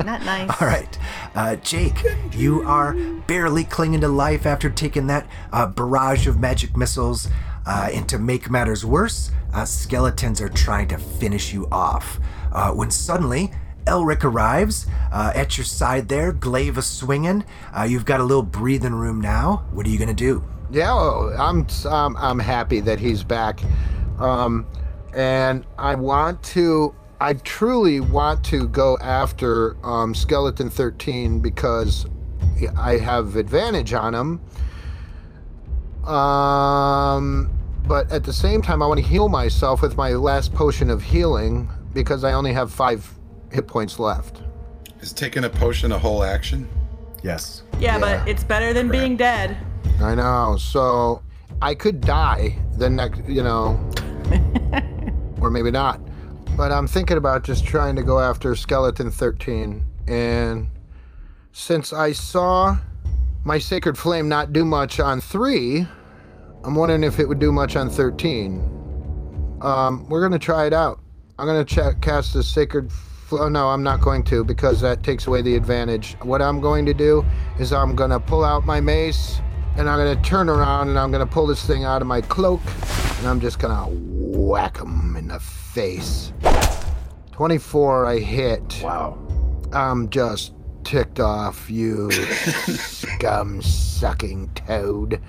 S4: Not nice.
S2: All right, uh, Jake, you are barely clinging to life after taking that uh, barrage of magic missiles. Uh, and to make matters worse, uh, skeletons are trying to finish you off. Uh, when suddenly, Elric arrives uh, at your side there, glaive a swinging. Uh, you've got a little breathing room now. What are you gonna do?
S6: Yeah, oh, I'm, I'm I'm happy that he's back, um, and I want to. I truly want to go after um, Skeleton 13 because I have advantage on him. Um, but at the same time, I want to heal myself with my last potion of healing because I only have five hit points left.
S5: Is taking a potion a whole action?
S2: Yes.
S4: yeah, but it's better than being dead.
S6: I know. So I could die the next, you know, or maybe not. But I'm thinking about just trying to go after Skeleton 13. And since I saw my Sacred Flame not do much on 3, I'm wondering if it would do much on 13. Um, we're going to try it out. I'm going to check, cast the Sacred Fl- oh, No, I'm not going to because that takes away the advantage. What I'm going to do is I'm going to pull out my mace and I'm going to turn around and I'm going to pull this thing out of my cloak and I'm just going to whack him in the face. 24 I hit.
S2: Wow.
S6: I'm just ticked off, you scum sucking toad.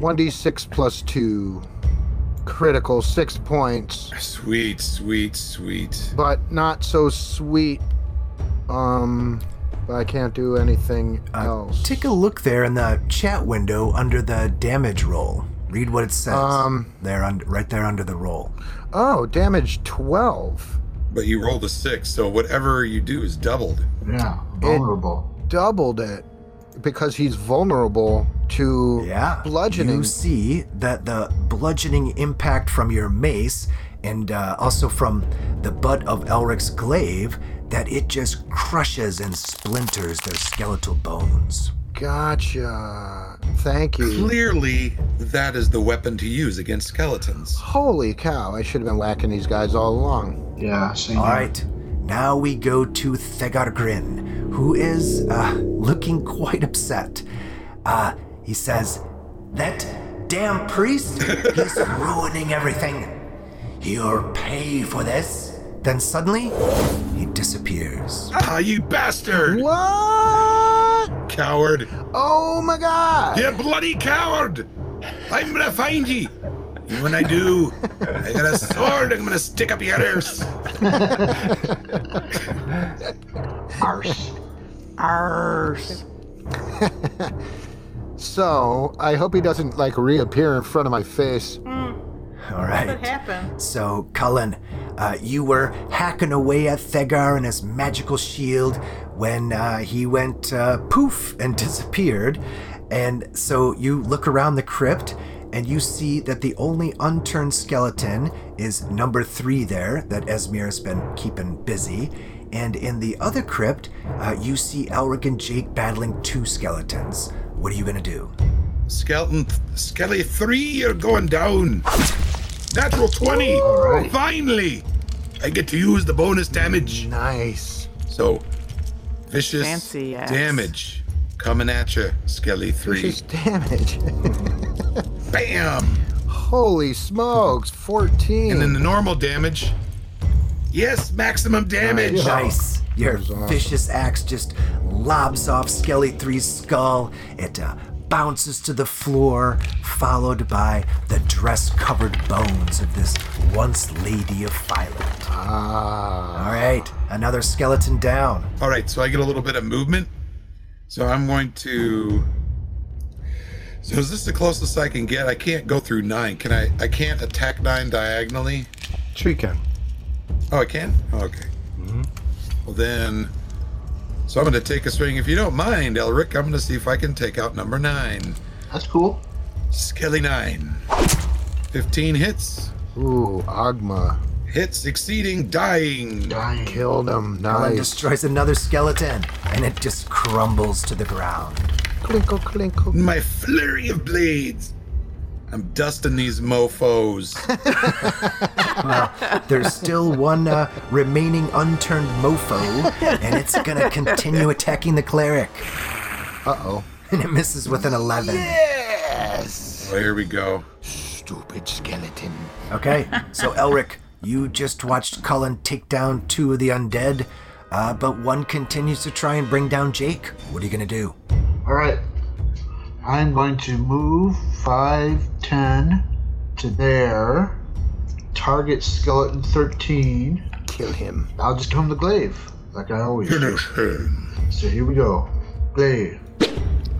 S6: 1d6 plus 2. Critical, 6 points,
S5: Sweet, sweet, sweet.
S6: but not so sweet. Um, but I can't do anything else.
S2: Uh, Take a look there in the chat window under the damage roll. Read what it says.
S6: Um.
S2: there, un- right there under the roll.
S6: oh, damage 12.
S5: But you rolled a six, so whatever you do is doubled.
S9: Yeah, vulnerable.
S6: Doubled it because he's vulnerable to
S2: Yeah.
S6: bludgeoning.
S2: You see that the bludgeoning impact from your mace and uh, also from the butt of Elric's glaive that it just crushes and splinters their skeletal bones.
S6: Gotcha. Thank you.
S5: Clearly, that is the weapon to use against skeletons.
S6: Holy cow, I should have been whacking these guys all along.
S9: Yeah, same.
S2: All
S9: here.
S2: right, now we go to Thegargrin, who is uh, looking quite upset. Uh, he says, That damn priest, he's ruining everything. He'll pay for this. Then suddenly, he disappears.
S5: Ah, you bastard!
S6: What?
S5: Coward!
S6: Oh my god!
S5: You bloody coward! I'm gonna find you! And when I do, I got a sword I'm gonna stick up your ears!
S9: Arse.
S6: Arse. so, I hope he doesn't like reappear in front of my face.
S2: Mm. All right.
S4: What happened?
S2: So, Cullen, uh, you were hacking away at Thegar and his magical shield when uh, he went uh, poof and disappeared. And so you look around the crypt and you see that the only unturned skeleton is number three there that Esmir has been keeping busy. And in the other crypt, uh, you see Elric and Jake battling two skeletons. What are you going to do?
S5: Skeleton, Skelly 3, you're going down! Natural 20! Finally! I get to use the bonus damage.
S6: Nice.
S5: So, vicious
S4: Fancy ass.
S5: damage coming at you, Skelly 3.
S6: Just damage.
S5: Bam!
S6: Holy smokes, 14.
S5: And then the normal damage. Yes, maximum damage!
S2: Nice. Your vicious axe just lobs off Skelly 3's skull. It uh, bounces to the floor, followed by the dress covered bones of this once lady of Phyland. All right, another skeleton down.
S5: All right, so I get a little bit of movement. So I'm going to. So is this the closest I can get? I can't go through nine. Can I? I can't attack nine diagonally.
S8: Sure you can.
S5: Oh, I can. Oh, okay. Well then, so I'm going to take a swing. If you don't mind, Elric, I'm going to see if I can take out number nine,
S9: That's cool.
S5: Skelly nine. Fifteen hits.
S6: Ooh, Agma.
S5: Hits exceeding dying.
S9: Dying.
S6: Killed him.
S2: One
S6: Nice.
S2: destroys another skeleton, and it just crumbles to the ground.
S6: Clinkle, clinkle.
S5: My flurry of blades. I'm dusting these mofo's.
S2: There's still one uh, remaining unturned mofo, and it's gonna continue attacking the cleric.
S6: Uh oh.
S2: And it misses with an 11.
S5: Oh, here we go.
S6: Stupid skeleton.
S2: Okay, so Elric, you just watched Cullen take down two of the undead, uh, but one continues to try and bring down Jake. What are you gonna do?
S9: All right. I'm going to move 5, 10 to there. Target skeleton 13.
S6: Kill him.
S9: I'll just come to glaive, like I always do.
S5: Finish him.
S9: So here we go. Glaive.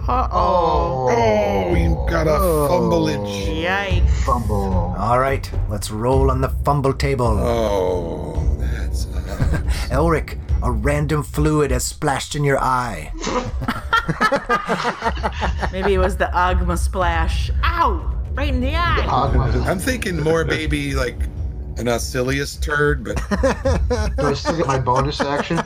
S5: Oh, we've got a fumbleage.
S10: Yikes.
S9: Fumble.
S2: All right, let's roll on the fumble
S5: Uh.
S2: table.
S5: Oh, that's. Uh,
S2: Elric, a random fluid has splashed in your eye.
S10: Maybe it was the Agma splash. Ow! Right in the eye.
S9: Agma.
S5: I'm thinking more maybe like an oscilius turd, but
S9: Do I still get my bonus action?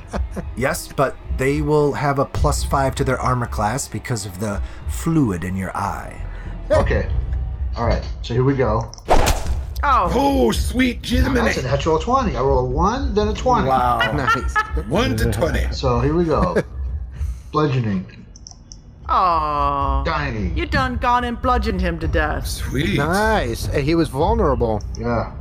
S2: Yes, but they will have a plus five to their armor class because of the fluid in your eye.
S9: Okay. All right. So here we go.
S10: Oh,
S5: oh, sweet
S9: That's a
S5: Jiminy.
S9: natural 20. I roll a 1, then a 20.
S6: Nice.
S5: One to twenty.
S9: So here we go. Bludgeoning.
S10: oh.
S9: Dying.
S10: You done gone and bludgeoned him to death.
S5: Sweet.
S6: nice. And He was vulnerable.
S9: Yeah.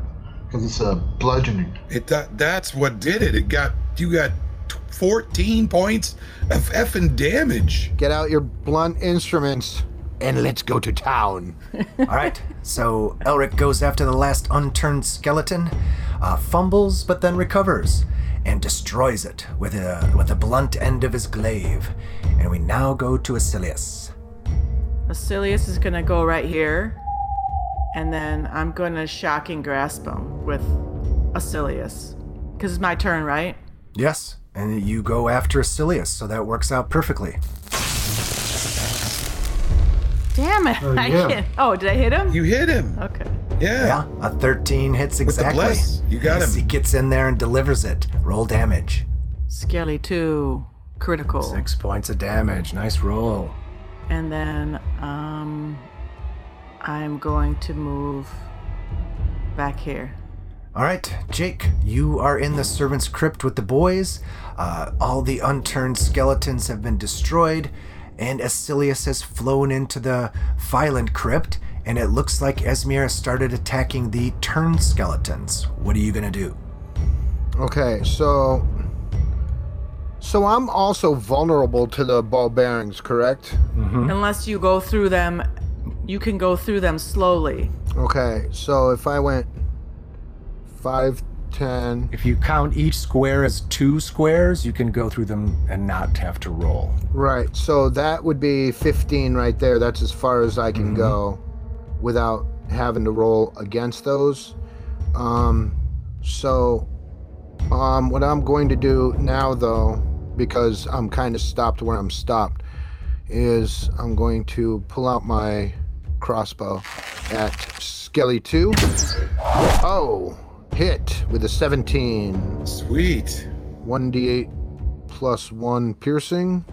S9: Because it's a bludgeoning.
S5: It that, that's what did it. It got you got t- fourteen points of effing damage.
S6: Get out your blunt instruments and let's go to town.
S2: All right, so Elric goes after the last unturned skeleton, uh, fumbles but then recovers and destroys it with a with a blunt end of his glaive. And we now go to Asilius.
S10: Asilius is gonna go right here, and then I'm gonna shocking grasp him with Asilius. Cause it's my turn, right?
S2: Yes, and you go after Asilius, so that works out perfectly.
S10: Damn it! I
S9: yeah.
S10: can't. Oh, did I hit him?
S5: You hit him.
S10: Okay.
S5: Yeah.
S2: Yeah, a 13 hits
S5: the
S2: exactly.
S5: bless, you got
S2: Yes,
S5: him.
S2: He gets in there and delivers it. Roll damage.
S10: Skelly two, critical.
S2: Six points of damage. Nice roll.
S10: And then um, I'm going to move back here.
S2: All right, Jake, you are in the servants' crypt with the boys. Uh, all the unturned skeletons have been destroyed, and Asilius has flown into the Phylant crypt, and it looks like Esmir has started attacking the turn skeletons. What are you gonna do?
S6: Okay, so so I'm also vulnerable to the ball bearings, correct?
S10: Unless you go through them, you can go through them slowly.
S6: Okay, so if I went 5 10
S11: If you count each square as two squares, you can go through them and not have to roll.
S6: right, so that would be 15 right there. That's as far as I can go without having to roll against those. Um so um what I'm going to do now though because I'm kind of stopped where I'm stopped is I'm going to pull out my crossbow at Skelly 2. Oh, hit with a 17.
S5: Sweet.
S6: 1d8 plus 1 piercing.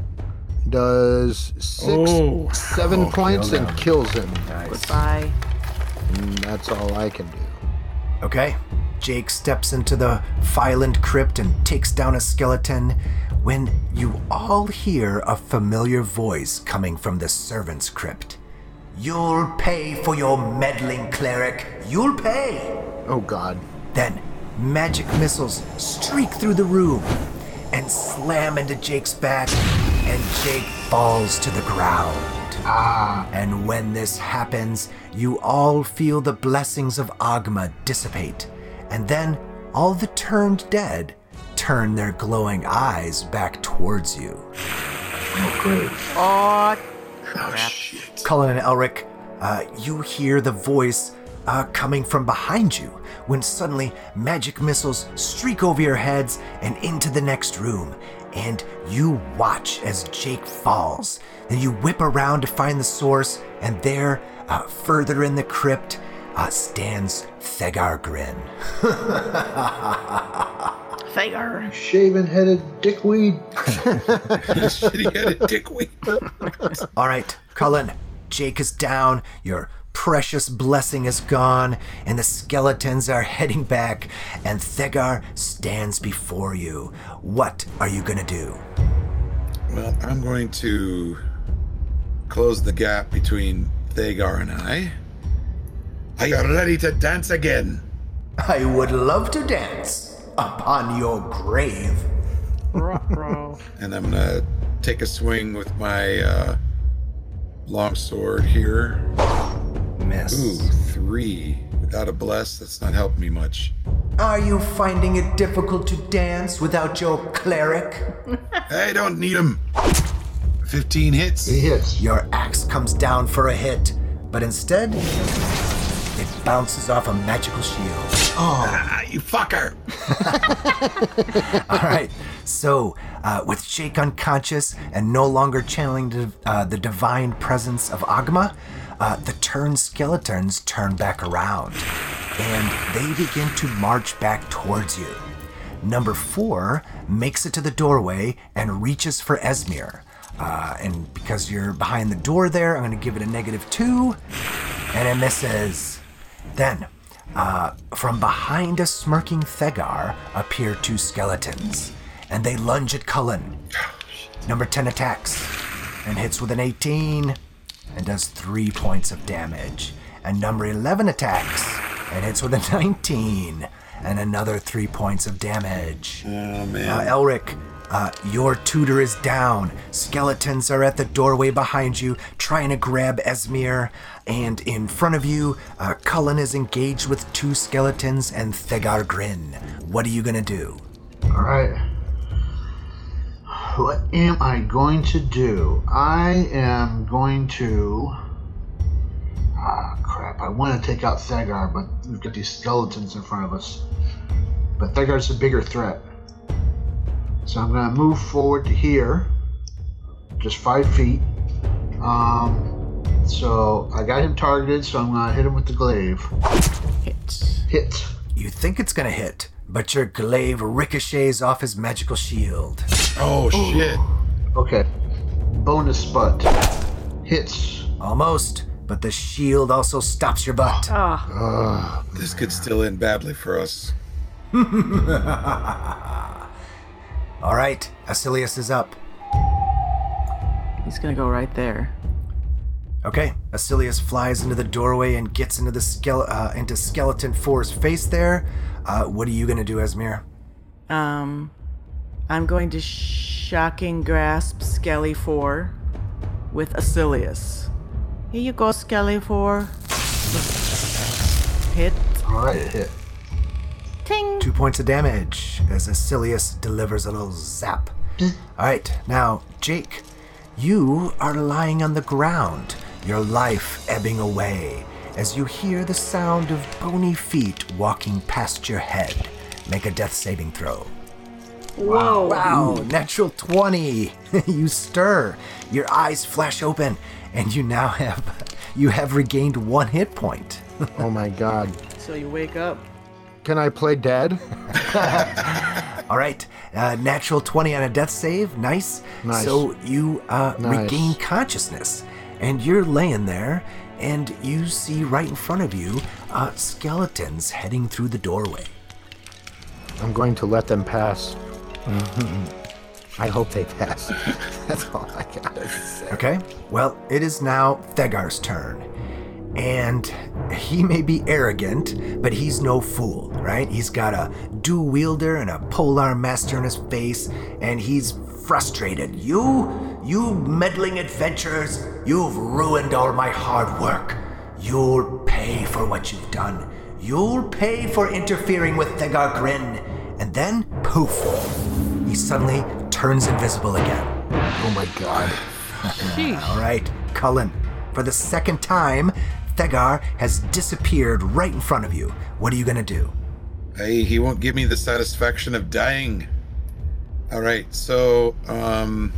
S6: Does six,
S5: Oh.
S6: seven points and kills him.
S10: Bye.
S6: And that's all I can do.
S2: Okay. Jake steps into the Phyland crypt and takes down a skeleton when you all hear a familiar voice coming from the servants' crypt. You'll pay for your meddling cleric. You'll pay.
S6: Oh, God.
S2: Then, magic missiles streak through the room and slam into Jake's back, and Jake falls to the ground. Ah. And when this happens, you all feel the blessings of Agma dissipate, and then all the turned dead turn their glowing eyes back towards you. Cullen and Elric, uh, you hear the voice uh, coming from behind you when suddenly magic missiles streak over your heads and into the next room. And you watch as Jake falls. Then you whip around to find the source, and there, uh, further in the crypt, uh, stands Thegar Grin.
S10: Fager.
S9: Shaven headed dickweed.
S5: Shitty headed dickweed.
S2: All right, Cullen, Jake is down. Your precious blessing is gone, and the skeletons are heading back, and Thegar stands before you. What are you going to do?
S5: Well, I'm going to close the gap between Thagar and I. Are you ready to dance again?
S2: I would love to dance upon your grave.
S5: And I'm gonna take a swing with my uh, long sword here. Ooh,
S2: Miss.
S5: three. Without a bless, that's not helping me much.
S2: Are you finding it difficult to dance without your cleric?
S5: I don't need him. 15 hits.
S9: He hits.
S2: Your axe comes down for a hit, but instead, it bounces off a magical shield.
S5: Ah, you fucker.
S2: All right. So, uh, with Jake unconscious and no longer channeling the, uh, the divine presence of Agma, uh, the turned skeletons turn back around and they begin to march back towards you. Number four makes it to the doorway and reaches for Esmir. Uh, and because you're behind the door there, I'm going to give it a negative two, and it misses. Then, uh, from behind a smirking Thegar appear two skeletons, and they lunge at Cullen. Number 10 attacks and hits with an 18 and does 3 points of damage. And number 11 attacks and hits with a 19 and another 3 points of damage.
S5: Oh,
S2: Uh,
S5: man.
S2: Elric, uh, your tutor is down. Skeletons are at the doorway behind you, trying to grab Esmir. And in front of you, uh, Cullen is engaged with two skeletons and Thegar Grin. What are you gonna do?
S9: All right. What am I going to do? I am going to. Ah, crap. I want to take out Thagar, but we've got these skeletons in front of us. But Thagar's a bigger threat. So I'm going to move forward to here, just five feet. Um, so I got him targeted, so I'm going to hit him with the glaive.
S10: Hit.
S9: Hit.
S2: You think it's gonna hit, but your glaive ricochets off his magical shield.
S5: Oh, shit.
S9: Okay. Bonus spot. Hits.
S2: Almost, but the shield also stops your butt.
S5: Oh, this could still end badly for us.
S2: All right, Asilius is up.
S10: He's gonna go right there.
S2: Okay, Asilius flies into the doorway and gets into the skele- uh, into skeleton four's face. There, uh, what are you gonna do, Esmir?
S10: Um, I'm going to shocking grasp Skelly four with Asilius. Here you go, Skelly four. Hit.
S9: All right, hit.
S10: Ting.
S2: Two points of damage as Asilius delivers a little zap. All right, now, Jake, you are lying on the ground, your life ebbing away, as you hear the sound of bony feet walking past your head. Make a death saving throw.
S10: Whoa.
S2: Wow, natural 20. you stir, your eyes flash open, and you now have you have regained one hit point.
S6: Oh my god.
S10: So you wake up.
S6: Can I play dead?
S2: All right, uh, natural 20 on a death save. Nice.
S6: Nice.
S2: So you uh,
S6: Nice.
S2: regain consciousness, and you're laying there, and you see right in front of you uh, skeletons heading through the doorway.
S6: I'm going to let them pass. I hope they pass. That's all I gotta say.
S2: Okay. Well, it is now Thegar's turn. And he may be arrogant, but he's no fool, right? He's got a dual wielder and a polar master in his face, and he's frustrated. You, you meddling adventurers, you've ruined all my hard work. You'll pay for what you've done. You'll pay for interfering with Thegar Grin. And then, poof, he suddenly turns invisible again.
S6: Oh my god.
S2: All right, Cullen. For the second time, Thegar has disappeared right in front of you. What are you gonna do?
S5: Hey, he won't give me the satisfaction of dying. All right, so um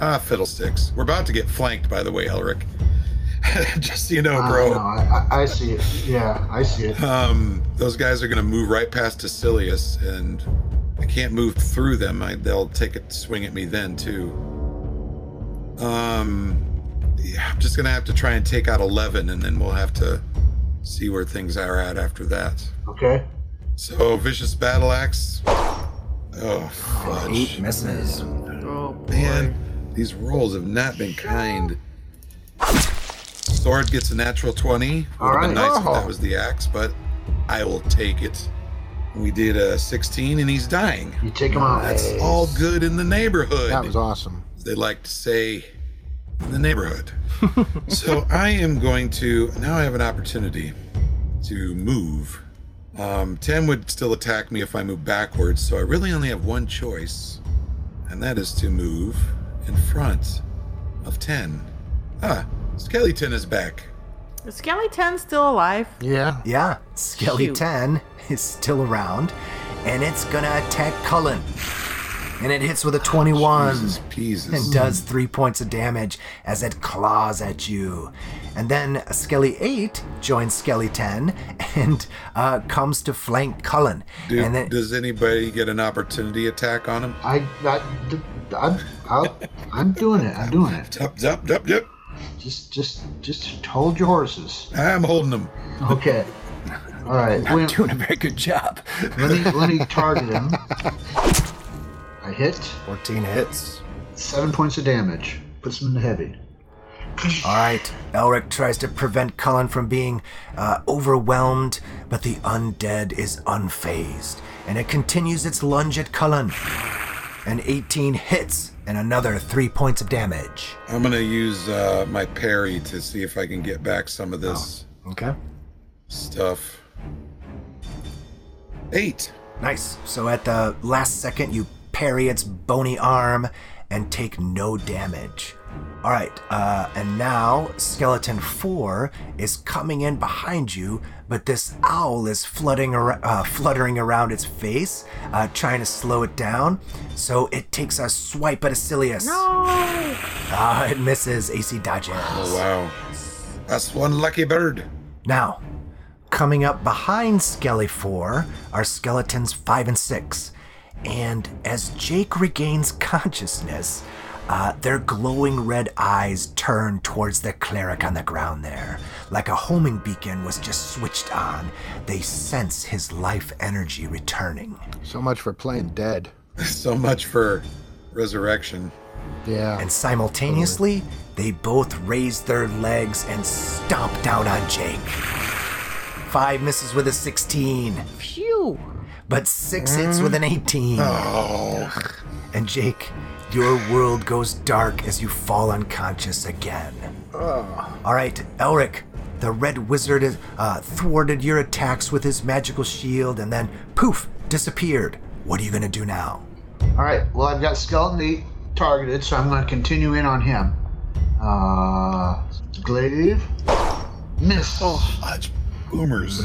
S5: Ah, fiddlesticks. We're about to get flanked, by the way, Elric. Just so you know,
S9: I
S5: bro.
S9: don't know, I, I, I see it. Yeah, I see it.
S5: Um, those guys are going to move right past Acilius, and I can't move through them. I, they'll take a swing at me then too. Um, yeah, I'm just going to have to try and take out eleven, and then we'll have to see where things are at after that.
S9: Okay.
S5: So vicious battle axe. Oh fudge,
S2: Misses.
S10: Oh boy.
S5: man! These rolls have not been kind. Sword gets a natural twenty. Would have been
S9: All right.
S5: nice if that
S9: Oh.
S5: was the axe, but I will take it. We did a sixteen, and he's dying.
S9: You take him out.
S5: That's all good in the neighborhood.
S6: That was awesome.
S5: they like to say in the neighborhood. so I am going to now I have an opportunity to move. Um, Ten would still attack me if I move backwards, so I really only have one choice, and that is to move in front of Ten. Ah, Skeleton is back.
S10: Is Skelly 10 still alive?
S6: Yeah.
S2: Yeah, Skelly
S10: Shoot.
S2: 10 is still around, and it's gonna attack Cullen. And it hits with a 21
S5: Jesus, Jesus.
S2: and does three points of damage as it claws at you. And then Skelly 8 joins Skelly 10 and uh, comes to flank Cullen.
S5: Do-
S2: and then,
S5: does anybody get an opportunity attack on him?
S9: I, I, I'm, I'll, I'm doing it. I'm doing it.
S5: Up, up, up, up.
S9: Just, just, just hold your horses.
S5: I'm holding him.
S9: Okay. All right. Wait,
S11: Doing a very good job.
S9: let me, let me target him. I hit
S2: 14 hits.
S9: seven points of damage. Puts him in the heavy.
S2: All right, Elric tries to prevent Cullen from being uh, overwhelmed, but the undead is unfazed, and it continues its lunge at Cullen. An 18 hits, and another three points of damage.
S5: I'm gonna use uh, my parry to see if I can get back some of this
S2: Okay.
S5: stuff. Eight.
S2: Nice. So at the last second, you parry its bony arm and take no damage. All right, uh, and now Skeleton 4 is coming in behind you, but this owl is flooding ar- uh, fluttering around its face, uh, trying to slow it down. So it takes a swipe at Asilius. No! Ah, it misses. AC dodges.
S5: Oh wow, that's one lucky bird.
S2: Now, coming up behind Skelly 4 are skeletons 5 and 6. And as Jake regains consciousness, Uh, their glowing red eyes turn towards the cleric on the ground there. Like a homing beacon was just switched on, they sense his life energy returning.
S6: So much for playing dead.
S5: so much for resurrection.
S6: Yeah.
S2: And simultaneously, they both raise their legs and stomp down on Jake. Five misses with a 16,
S4: Phew.
S2: but six hits with an 18.
S5: Oh,
S2: And Jake, your world goes dark as you fall unconscious again. All right, Elric, the red wizard has uh, thwarted your attacks with his magical shield and then poof, disappeared. What are you going to do now?
S9: All right. Well, I've got Skeleton Eight targeted, so I'm going to continue in on him. Uh, Glaive, miss.
S5: Hodge boomers.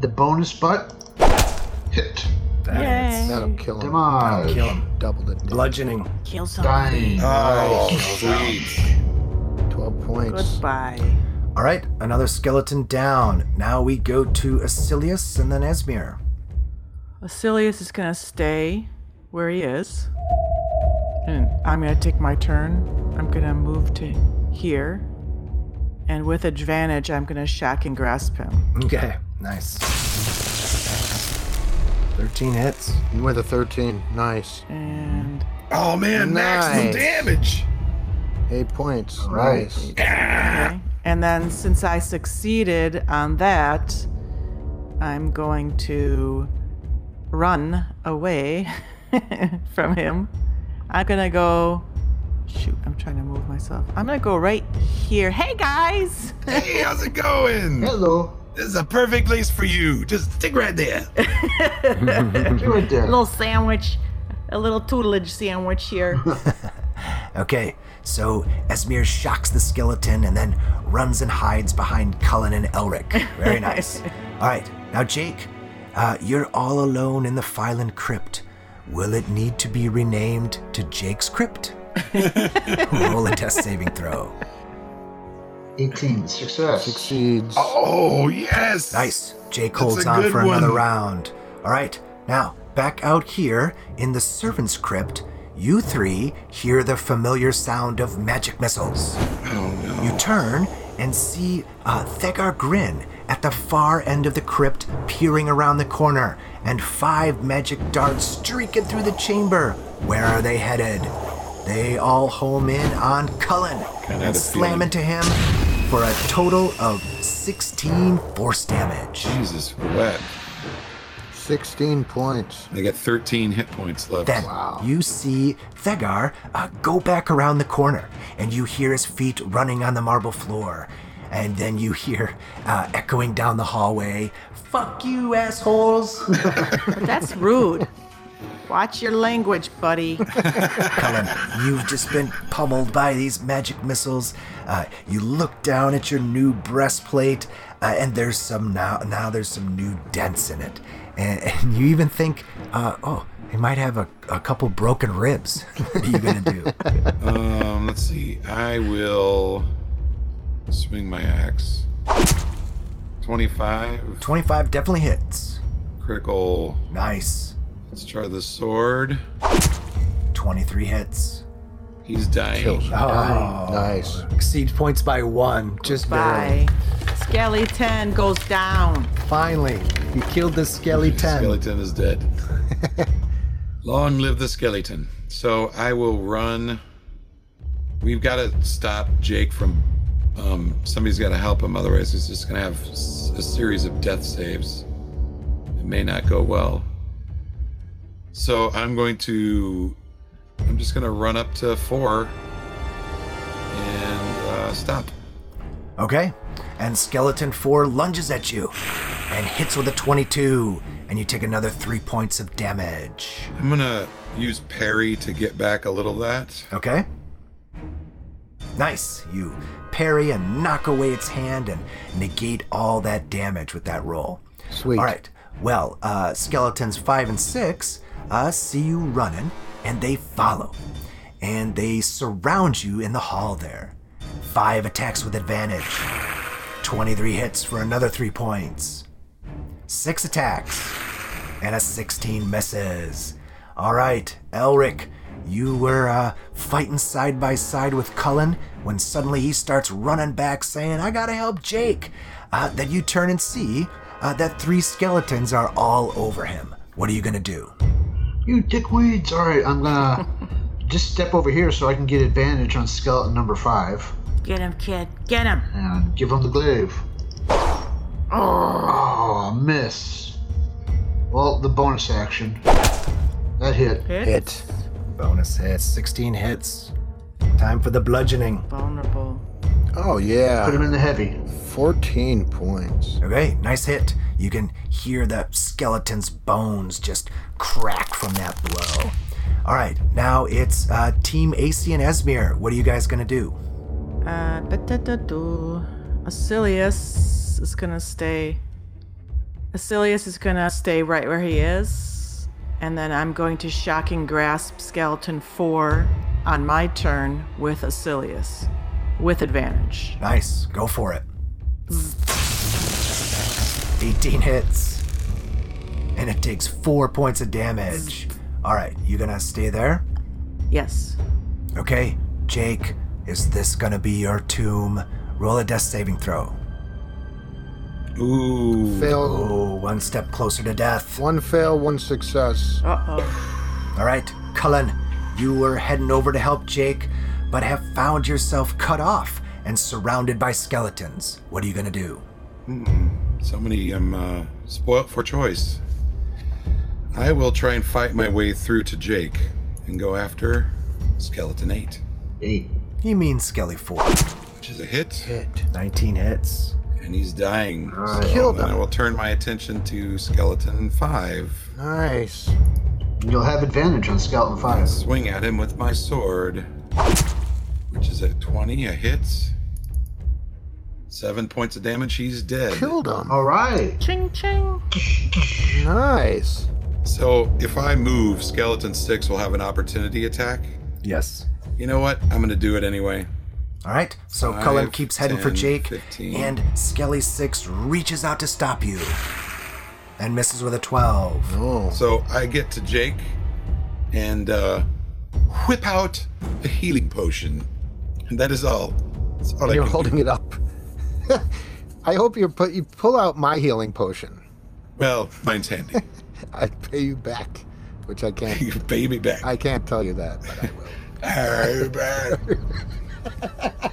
S9: The bonus butt, hit.
S4: Yay.
S6: That'll kill him.
S9: Demage.
S6: Kill him. Double the damage.
S2: Bludgeoning.
S4: Kill somebody.
S9: Dying.
S5: Oh, sweet.
S6: 12 points.
S4: Goodbye.
S2: All right, another skeleton down. Now we go to Asilius and then Esmir.
S4: Asilius is gonna stay where he is. And I'm gonna take my turn. I'm gonna move to here. And with advantage, I'm gonna shock and grasp him.
S2: Okay, nice. 13 hits.
S6: With a 13. Nice.
S4: And
S5: Oh man, maximum
S6: Nice.
S5: damage.
S6: 8 points.
S9: right.
S6: Nice.
S4: okay. And then since I succeeded on that, I'm going to run away from him. I'm gonna go. Shoot, I'm trying to move myself. I'm gonna go right here. Hey guys!
S5: Hey, how's it going?
S9: Hello.
S5: This is a perfect place for you. Just stick right there.
S9: Do it there.
S10: A little sandwich, a little tutelage sandwich here.
S2: Okay, so Esmir shocks the skeleton and then runs and hides behind Cullen and Elric. Very nice. all right, now Jake, uh, you're all alone in the Phylan crypt. Will it need to be renamed to Jake's crypt? Roll a test saving throw.
S9: 18. Success.
S6: Succeeds.
S5: Oh yes.
S2: Nice. Jake
S5: That's
S2: holds
S5: a
S2: on
S5: good
S2: for another
S5: one.
S2: round. All right, now back out here in the servants' crypt, you three hear the familiar sound of magic missiles.
S5: Oh,
S2: You turn and see uh, Thegar Grin at the far end of the crypt, peering around the corner, and five magic darts streaking through the chamber. Where are they headed? They all home in on Cullen and
S5: the
S2: slam
S5: feeling.
S2: into him for a total of 16 force damage.
S5: Jesus, what?
S6: 16 points.
S5: I got 13 hit points left.
S2: Then you see Thegar uh, go back around the corner, and you hear his feet running on the marble floor. And then you hear uh, echoing down the hallway, "Fuck you, assholes!"
S10: That's rude. Watch your language, buddy.
S2: Cullen, you've just been pummeled by these magic missiles. Uh, you look down at your new breastplate, uh, and there's some now. Now there's some new dents in it, and, and you even think, uh, "Oh, it might have a, a couple broken ribs." what are you gonna do?
S5: Um, let's see. I will swing my axe. 25
S2: Twenty-five definitely hits.
S5: critical.
S2: Nice.
S5: Let's try the sword.
S2: 23 hits.
S5: He's dying.
S11: Oh,
S6: Nice.
S11: exceeds points by one. Just barely.
S10: Bye. Skeleton goes down.
S11: Finally, you killed the skeleton.
S5: Skeleton is dead. Long live the skeleton. So I will run. We've got to stop Jake from. Um, somebody's got to help him, otherwise, he's just going to have s- a series of death saves. It may not go well. So I'm going to. I'm just going to run up to four and uh, stop.
S2: Okay. And Skeleton 4 lunges at you and hits with a 22, and you take another three points of damage.
S5: I'm going to use parry to get back a little of that.
S2: Okay? Nice. You parry and knock away its hand and negate all that damage with that roll.
S6: Sweet.
S2: All right. Well, uh, skeletons five and six uh, see you running, and they follow, and they surround you in the hall there. Five attacks with advantage. Twenty-three hits for another three points. Six attacks, and a sixteen misses. All right, Elric, You were uh, fighting side by side with Cullen when suddenly he starts running back saying, I gotta help Jake. Uh, then you turn and see uh, that three skeletons are all over him. What are you gonna do?
S9: You dickweeds! Alright, I'm gonna just step over here so I can get advantage on skeleton number five.
S10: Get him, kid. Get him.
S9: And give him the glaive. Oh, miss. Well, the bonus action. That hit.
S2: Hit. Bonus hit. 16 hits. Time for the bludgeoning.
S10: Vulnerable.
S6: Oh, yeah.
S9: Put him in the heavy.
S6: 14 points.
S2: Okay, nice hit. You can hear the skeleton's bones just crack from that blow. All right, now it's uh, Team AC and Esmir. What are you guys gonna do?
S10: Uh, ba-da-da-do. Asilius is gonna stay. Asilius is gonna stay right where he is, and then I'm going to shocking grasp skeleton four on my turn with Asilius, with advantage.
S2: Nice, go for it. 18 hits, and it takes four points of damage. All right, you gonna stay there?
S10: Yes.
S2: Okay, Jake, is this gonna be your tomb? Roll a death saving throw.
S5: Ooh.
S6: Fail.
S2: Oh, one step closer to death.
S6: One fail, one success.
S10: Uh oh.
S2: All right, Cullen, you were heading over to help Jake, but have found yourself cut off and surrounded by skeletons. What are you gonna do?
S5: So many. I'm uh, spoilt for choice. I will try and fight my way through to Jake and go after Skeleton 8,
S9: Eight.
S2: He means Skelly 4.
S5: which is a hit,
S2: 19 hits.
S5: and he's dying.
S9: Alright.
S5: So
S6: Killed
S5: then I
S6: him.
S5: will turn my attention to Skeleton 5.
S6: Nice.
S9: You'll have advantage on skeleton five.
S5: Swing at him with my sword, which is a 20, a hit. Seven points of damage, he's dead.
S6: Killed him.
S9: All right.
S10: Ching ching.
S6: Nice.
S5: So if I move, Skeleton 6 will have an opportunity attack.
S11: Yes.
S5: You know what? I'm going to do it anyway.
S2: All right, so
S5: Five,
S2: Cullen keeps heading for
S5: 10,
S2: Jake,
S5: 15.
S2: and Skelly 6 reaches out to stop you and misses with a 12.
S6: Oh.
S5: So I get to Jake and uh, whip out a healing potion. And that is all. That's all I
S6: You're
S5: can do.
S6: holding it up. I hope you put you pull out my healing potion.
S5: Well, mine's handy.
S6: I pay you back, which I can't.
S5: you pay me back.
S6: I can't tell you that, but I will.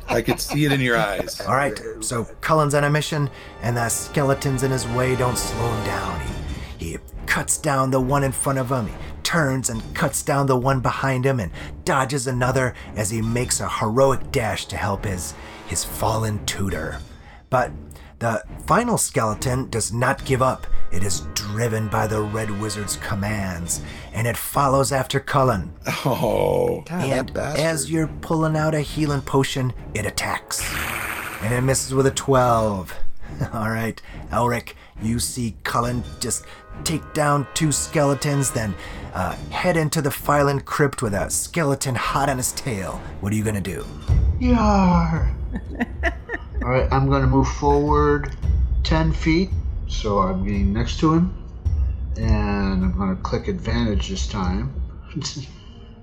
S5: I could see it in your eyes.
S2: All right, so Cullen's on a mission, and the skeletons in his way don't slow him down. He, he cuts down the one in front of him, he turns and cuts down the one behind him, and dodges another as he makes a heroic dash to help his, his fallen tutor. But the final skeleton does not give up. It is driven by the Red Wizard's commands, and it follows after Cullen.
S5: Oh,
S2: And as you're pulling out a healing potion, it attacks. And it misses with a 12. All right, Elric, you see Cullen just take down two skeletons, then uh, head into the Phylon crypt with a skeleton hot on his tail. What are you going to do?
S9: Yar. All right, I'm going to move forward 10 feet, so I'm getting next to him. And I'm going to click advantage this time.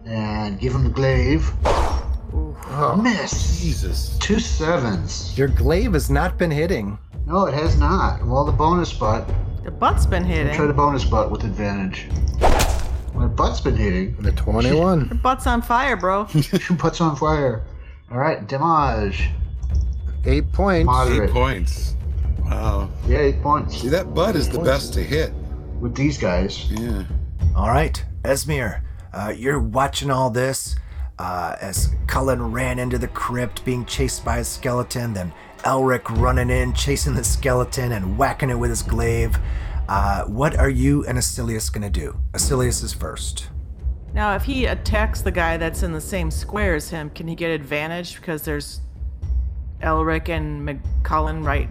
S9: and give him the glaive. Oh, Miss.
S5: Jesus.
S9: Two sevens.
S11: Your glaive has not been hitting.
S9: No, it has not. Well, the bonus butt.
S10: The butt's been
S9: Try
S10: hitting.
S9: the bonus butt with advantage. My butt's been hitting.
S6: The 21.
S10: Butt's on fire, bro.
S9: Two butts on fire. All right, damage.
S6: Eight points.
S5: Eight
S9: Moderate.
S5: points. Wow.
S9: Yeah, eight points.
S5: See, that butt is the best to hit.
S9: With these guys.
S5: Yeah.
S2: All right, Esmir, uh, you're watching all this uh, as Cullen ran into the crypt, being chased by a skeleton, then Elric running in, chasing the skeleton and whacking it with his glaive. Uh, what are you and Asilius gonna do? Asilius is first.
S10: now, if he attacks the guy that's in the same square as him, can he get advantage because there's Elric and McCullen right?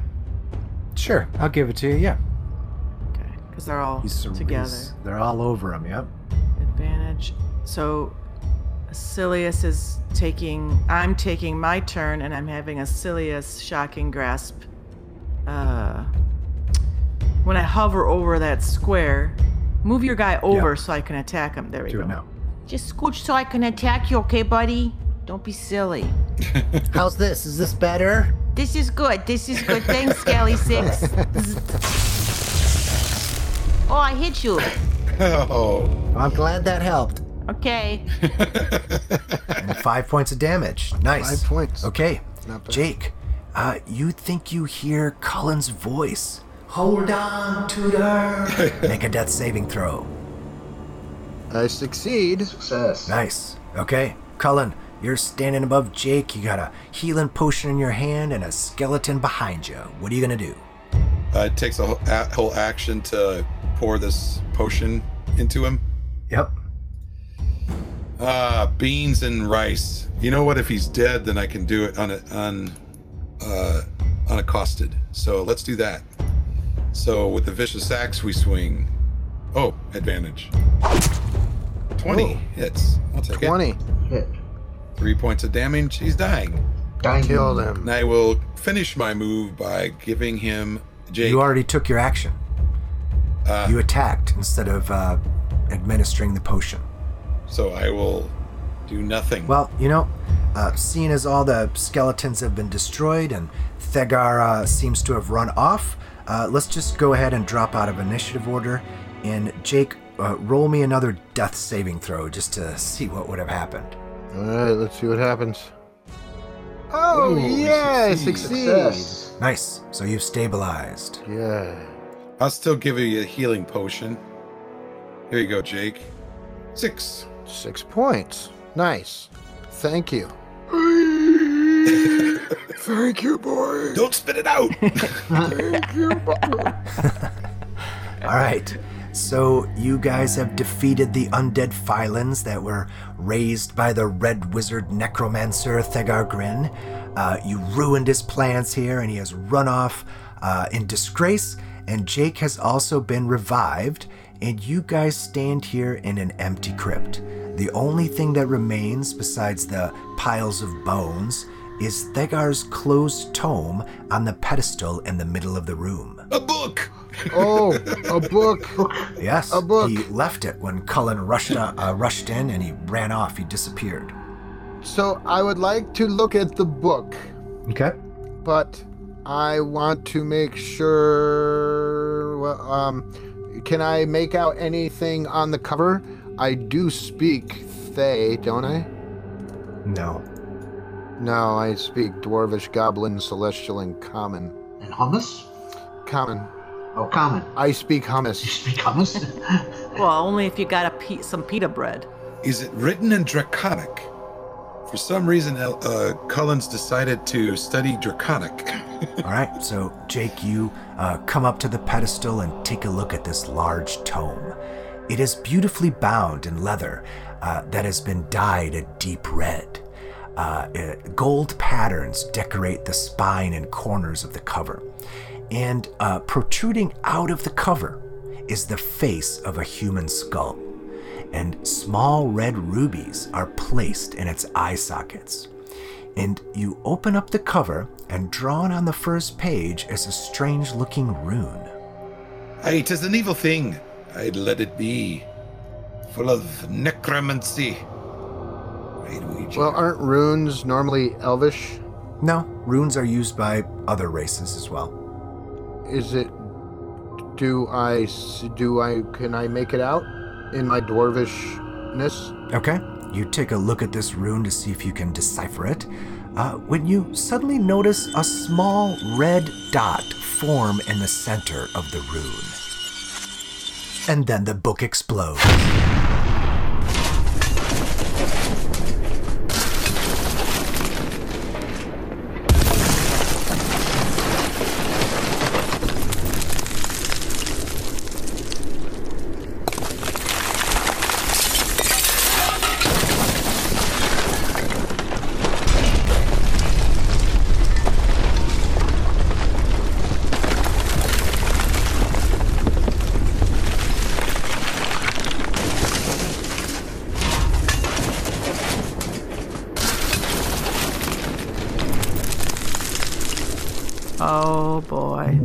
S11: Sure, I'll give it to you. Yeah.
S10: Okay, because they're all
S11: He's-
S10: together.
S11: he's- they're all over him. Yep.
S10: Advantage. So, Asilius is taking. I'm taking my turn, and I'm having Asilius shocking grasp. Uh, when I hover over that square, move your guy over so I can attack him. There we
S11: Do
S10: go.
S11: it now.
S10: Just scooch so I can attack you, okay, buddy? Don't be silly.
S12: How's this? Is this better?
S10: This is good. This is good. Thanks, Scally Six. oh, I hit you.
S5: Oh. Uh,
S12: I'm glad that helped.
S10: Okay.
S2: And five points of damage. Nice.
S6: Five points.
S2: Okay.
S6: Not bad.
S2: Jake, uh, you think you hear Cullen's voice. Hold on, Tudor. Make a death saving throw.
S6: I succeed.
S9: Success.
S2: Nice. Okay. Cullen, you're standing above Jake. You got a healing potion in your hand and a skeleton behind you. What are you going to do?
S5: Uh, it takes a whole, a whole action to pour this potion into him.
S2: Yep.
S5: Uh, beans and rice. You know what? If he's dead, then I can do it on a, on uh, unaccosted. So let's do that. So with the vicious axe, we swing. Oh, advantage. Twenty
S6: Ooh.
S5: hits. I'll take it.
S6: 20.
S9: Hit.
S5: Three points of damage. He's dying.
S9: Dang.
S6: Killed him.
S5: And I will finish my move by giving him Jake.
S2: You already took your action.
S5: Uh,
S2: you attacked instead of uh, administering the potion.
S5: so I will do nothing.
S2: Well, you know, uh, seeing as all the skeletons have been destroyed and Thegar uh, seems to have run off, uh, let's just go ahead and drop out of initiative order. And Jake, uh, roll me another death saving throw just to see what would have happened.
S6: All right, let's see what happens. Oh, yeah, I succeed.
S9: Success.
S2: Nice. So you've stabilized.
S6: Yeah.
S5: I'll still give you a healing potion. Here you go, Jake. Six.
S6: Six points. Nice. Thank you.
S8: Thank you, boy.
S5: Don't spit it out.
S2: All right. So you guys have defeated the undead Phylons that were raised by the red wizard necromancer Thegar Grin. Uh, you ruined his plans here, and he has run off uh, in disgrace. And Jake has also been revived, and you guys stand here in an empty crypt. The only thing that remains, besides the piles of bones, is Thegar's closed tome on the pedestal in the middle of the room.
S5: a book.
S6: Oh, a book.
S2: Yes,
S6: A book.
S2: he left it when Cullen rushed uh, uh, rushed in, and he ran off. He disappeared.
S6: So I would like to look at the book,
S2: Okay.
S6: but I want to make sure. Well, um, can I make out anything on the cover? I do speak Thay, don't I?
S2: No.
S6: No, I speak Dwarvish, Goblin, Celestial, and Common.
S9: And hummus?
S6: Common.
S9: Oh, common.
S6: I speak
S9: You
S6: hummus.
S9: speak hummus?
S10: Well, only if you got a pe- some pita bread.
S5: Is it written in Draconic? For some reason, El- uh, Cullen's decided to study Draconic.
S2: All right. So Jake, you uh, come up to the pedestal and take a look at this large tome. It is beautifully bound in leather uh, that has been dyed a deep red. Uh, uh, gold patterns decorate the spine and corners of the cover, and uh, protruding out of the cover is the face of a human skull. and small red rubies are placed in its eye sockets. And you open up the cover, and drawn on the first page is a strange looking rune.
S5: Aye, it is an evil thing. I'd let it be. Full of necromancy. Right, Ouija?
S6: Well, aren't runes normally elvish?
S2: No, runes are used by other races as well.
S6: Is it? Do I? s- Do I? Can I make it out in my dwarvishness?
S2: Okay, you take a look at this rune to see if you can decipher it. Uh, when you suddenly notice a small red dot form in the center of the rune. And then the book explodes.
S10: Oh boy.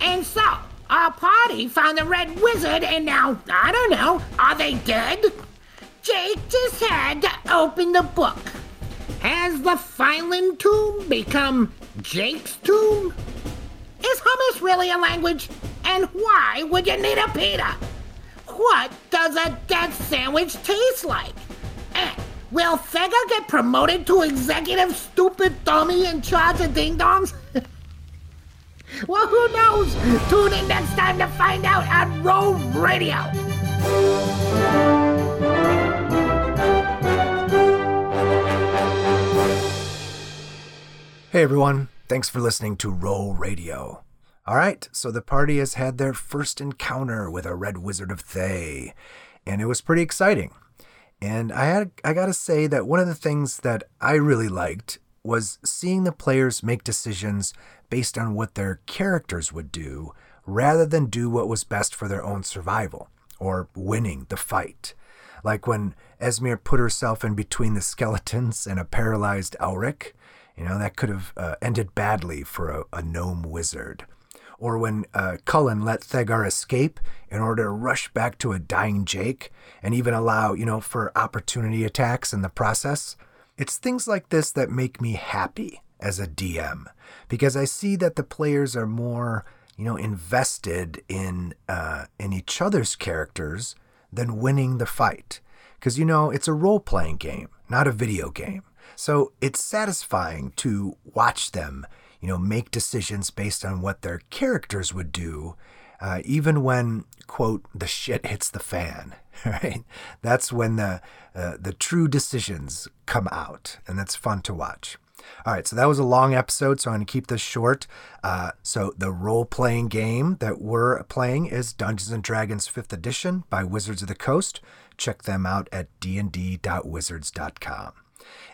S1: And so, our party found the red wizard, and now, I don't know, are they dead? Jake just had to open the book. Has the Phylon tomb become Jake's tomb? Is hummus really a language? And why would you need a pita? What does a death sandwich taste like? And will Fega get promoted to executive stupid dummy in charge of ding dongs? well, who knows? Tune in next time to find out on Rome Radio.
S2: Hey everyone, thanks for listening to Roll Radio. All right, so the party has had their first encounter with a red wizard of Thay, and it was pretty exciting. And I had I got to say that one of the things that I really liked was seeing the players make decisions based on what their characters would do rather than do what was best for their own survival or winning the fight. Like when Esmir put herself in between the skeletons and a paralyzed Elric, you know, that could have uh, ended badly for a, a gnome wizard. Or when uh, Cullen let Thegar escape in order to rush back to a dying Jake and even allow, you know, for opportunity attacks in the process. It's things like this that make me happy as a DM because I see that the players are more, you know, invested in uh, in each other's characters than winning the fight. Because you know, it's a role-playing game, not a video game. So it's satisfying to watch them, you know, make decisions based on what their characters would do, uh, even when quote the shit hits the fan. Right? That's when the uh, the true decisions come out, and that's fun to watch. All right, so that was a long episode, so I'm going to keep this short. Uh, so, the role playing game that we're playing is Dungeons and Dragons 5th Edition by Wizards of the Coast. Check them out at dnd.wizards.com.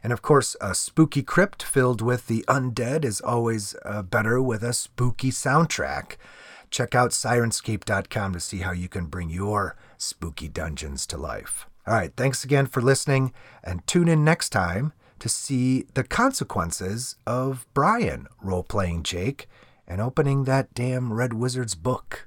S2: And of course, a spooky crypt filled with the undead is always uh, better with a spooky soundtrack. Check out sirenscape.com to see how you can bring your spooky dungeons to life. All right, thanks again for listening, and tune in next time to see the consequences of Brian role playing Jake and opening that damn Red Wizard's book.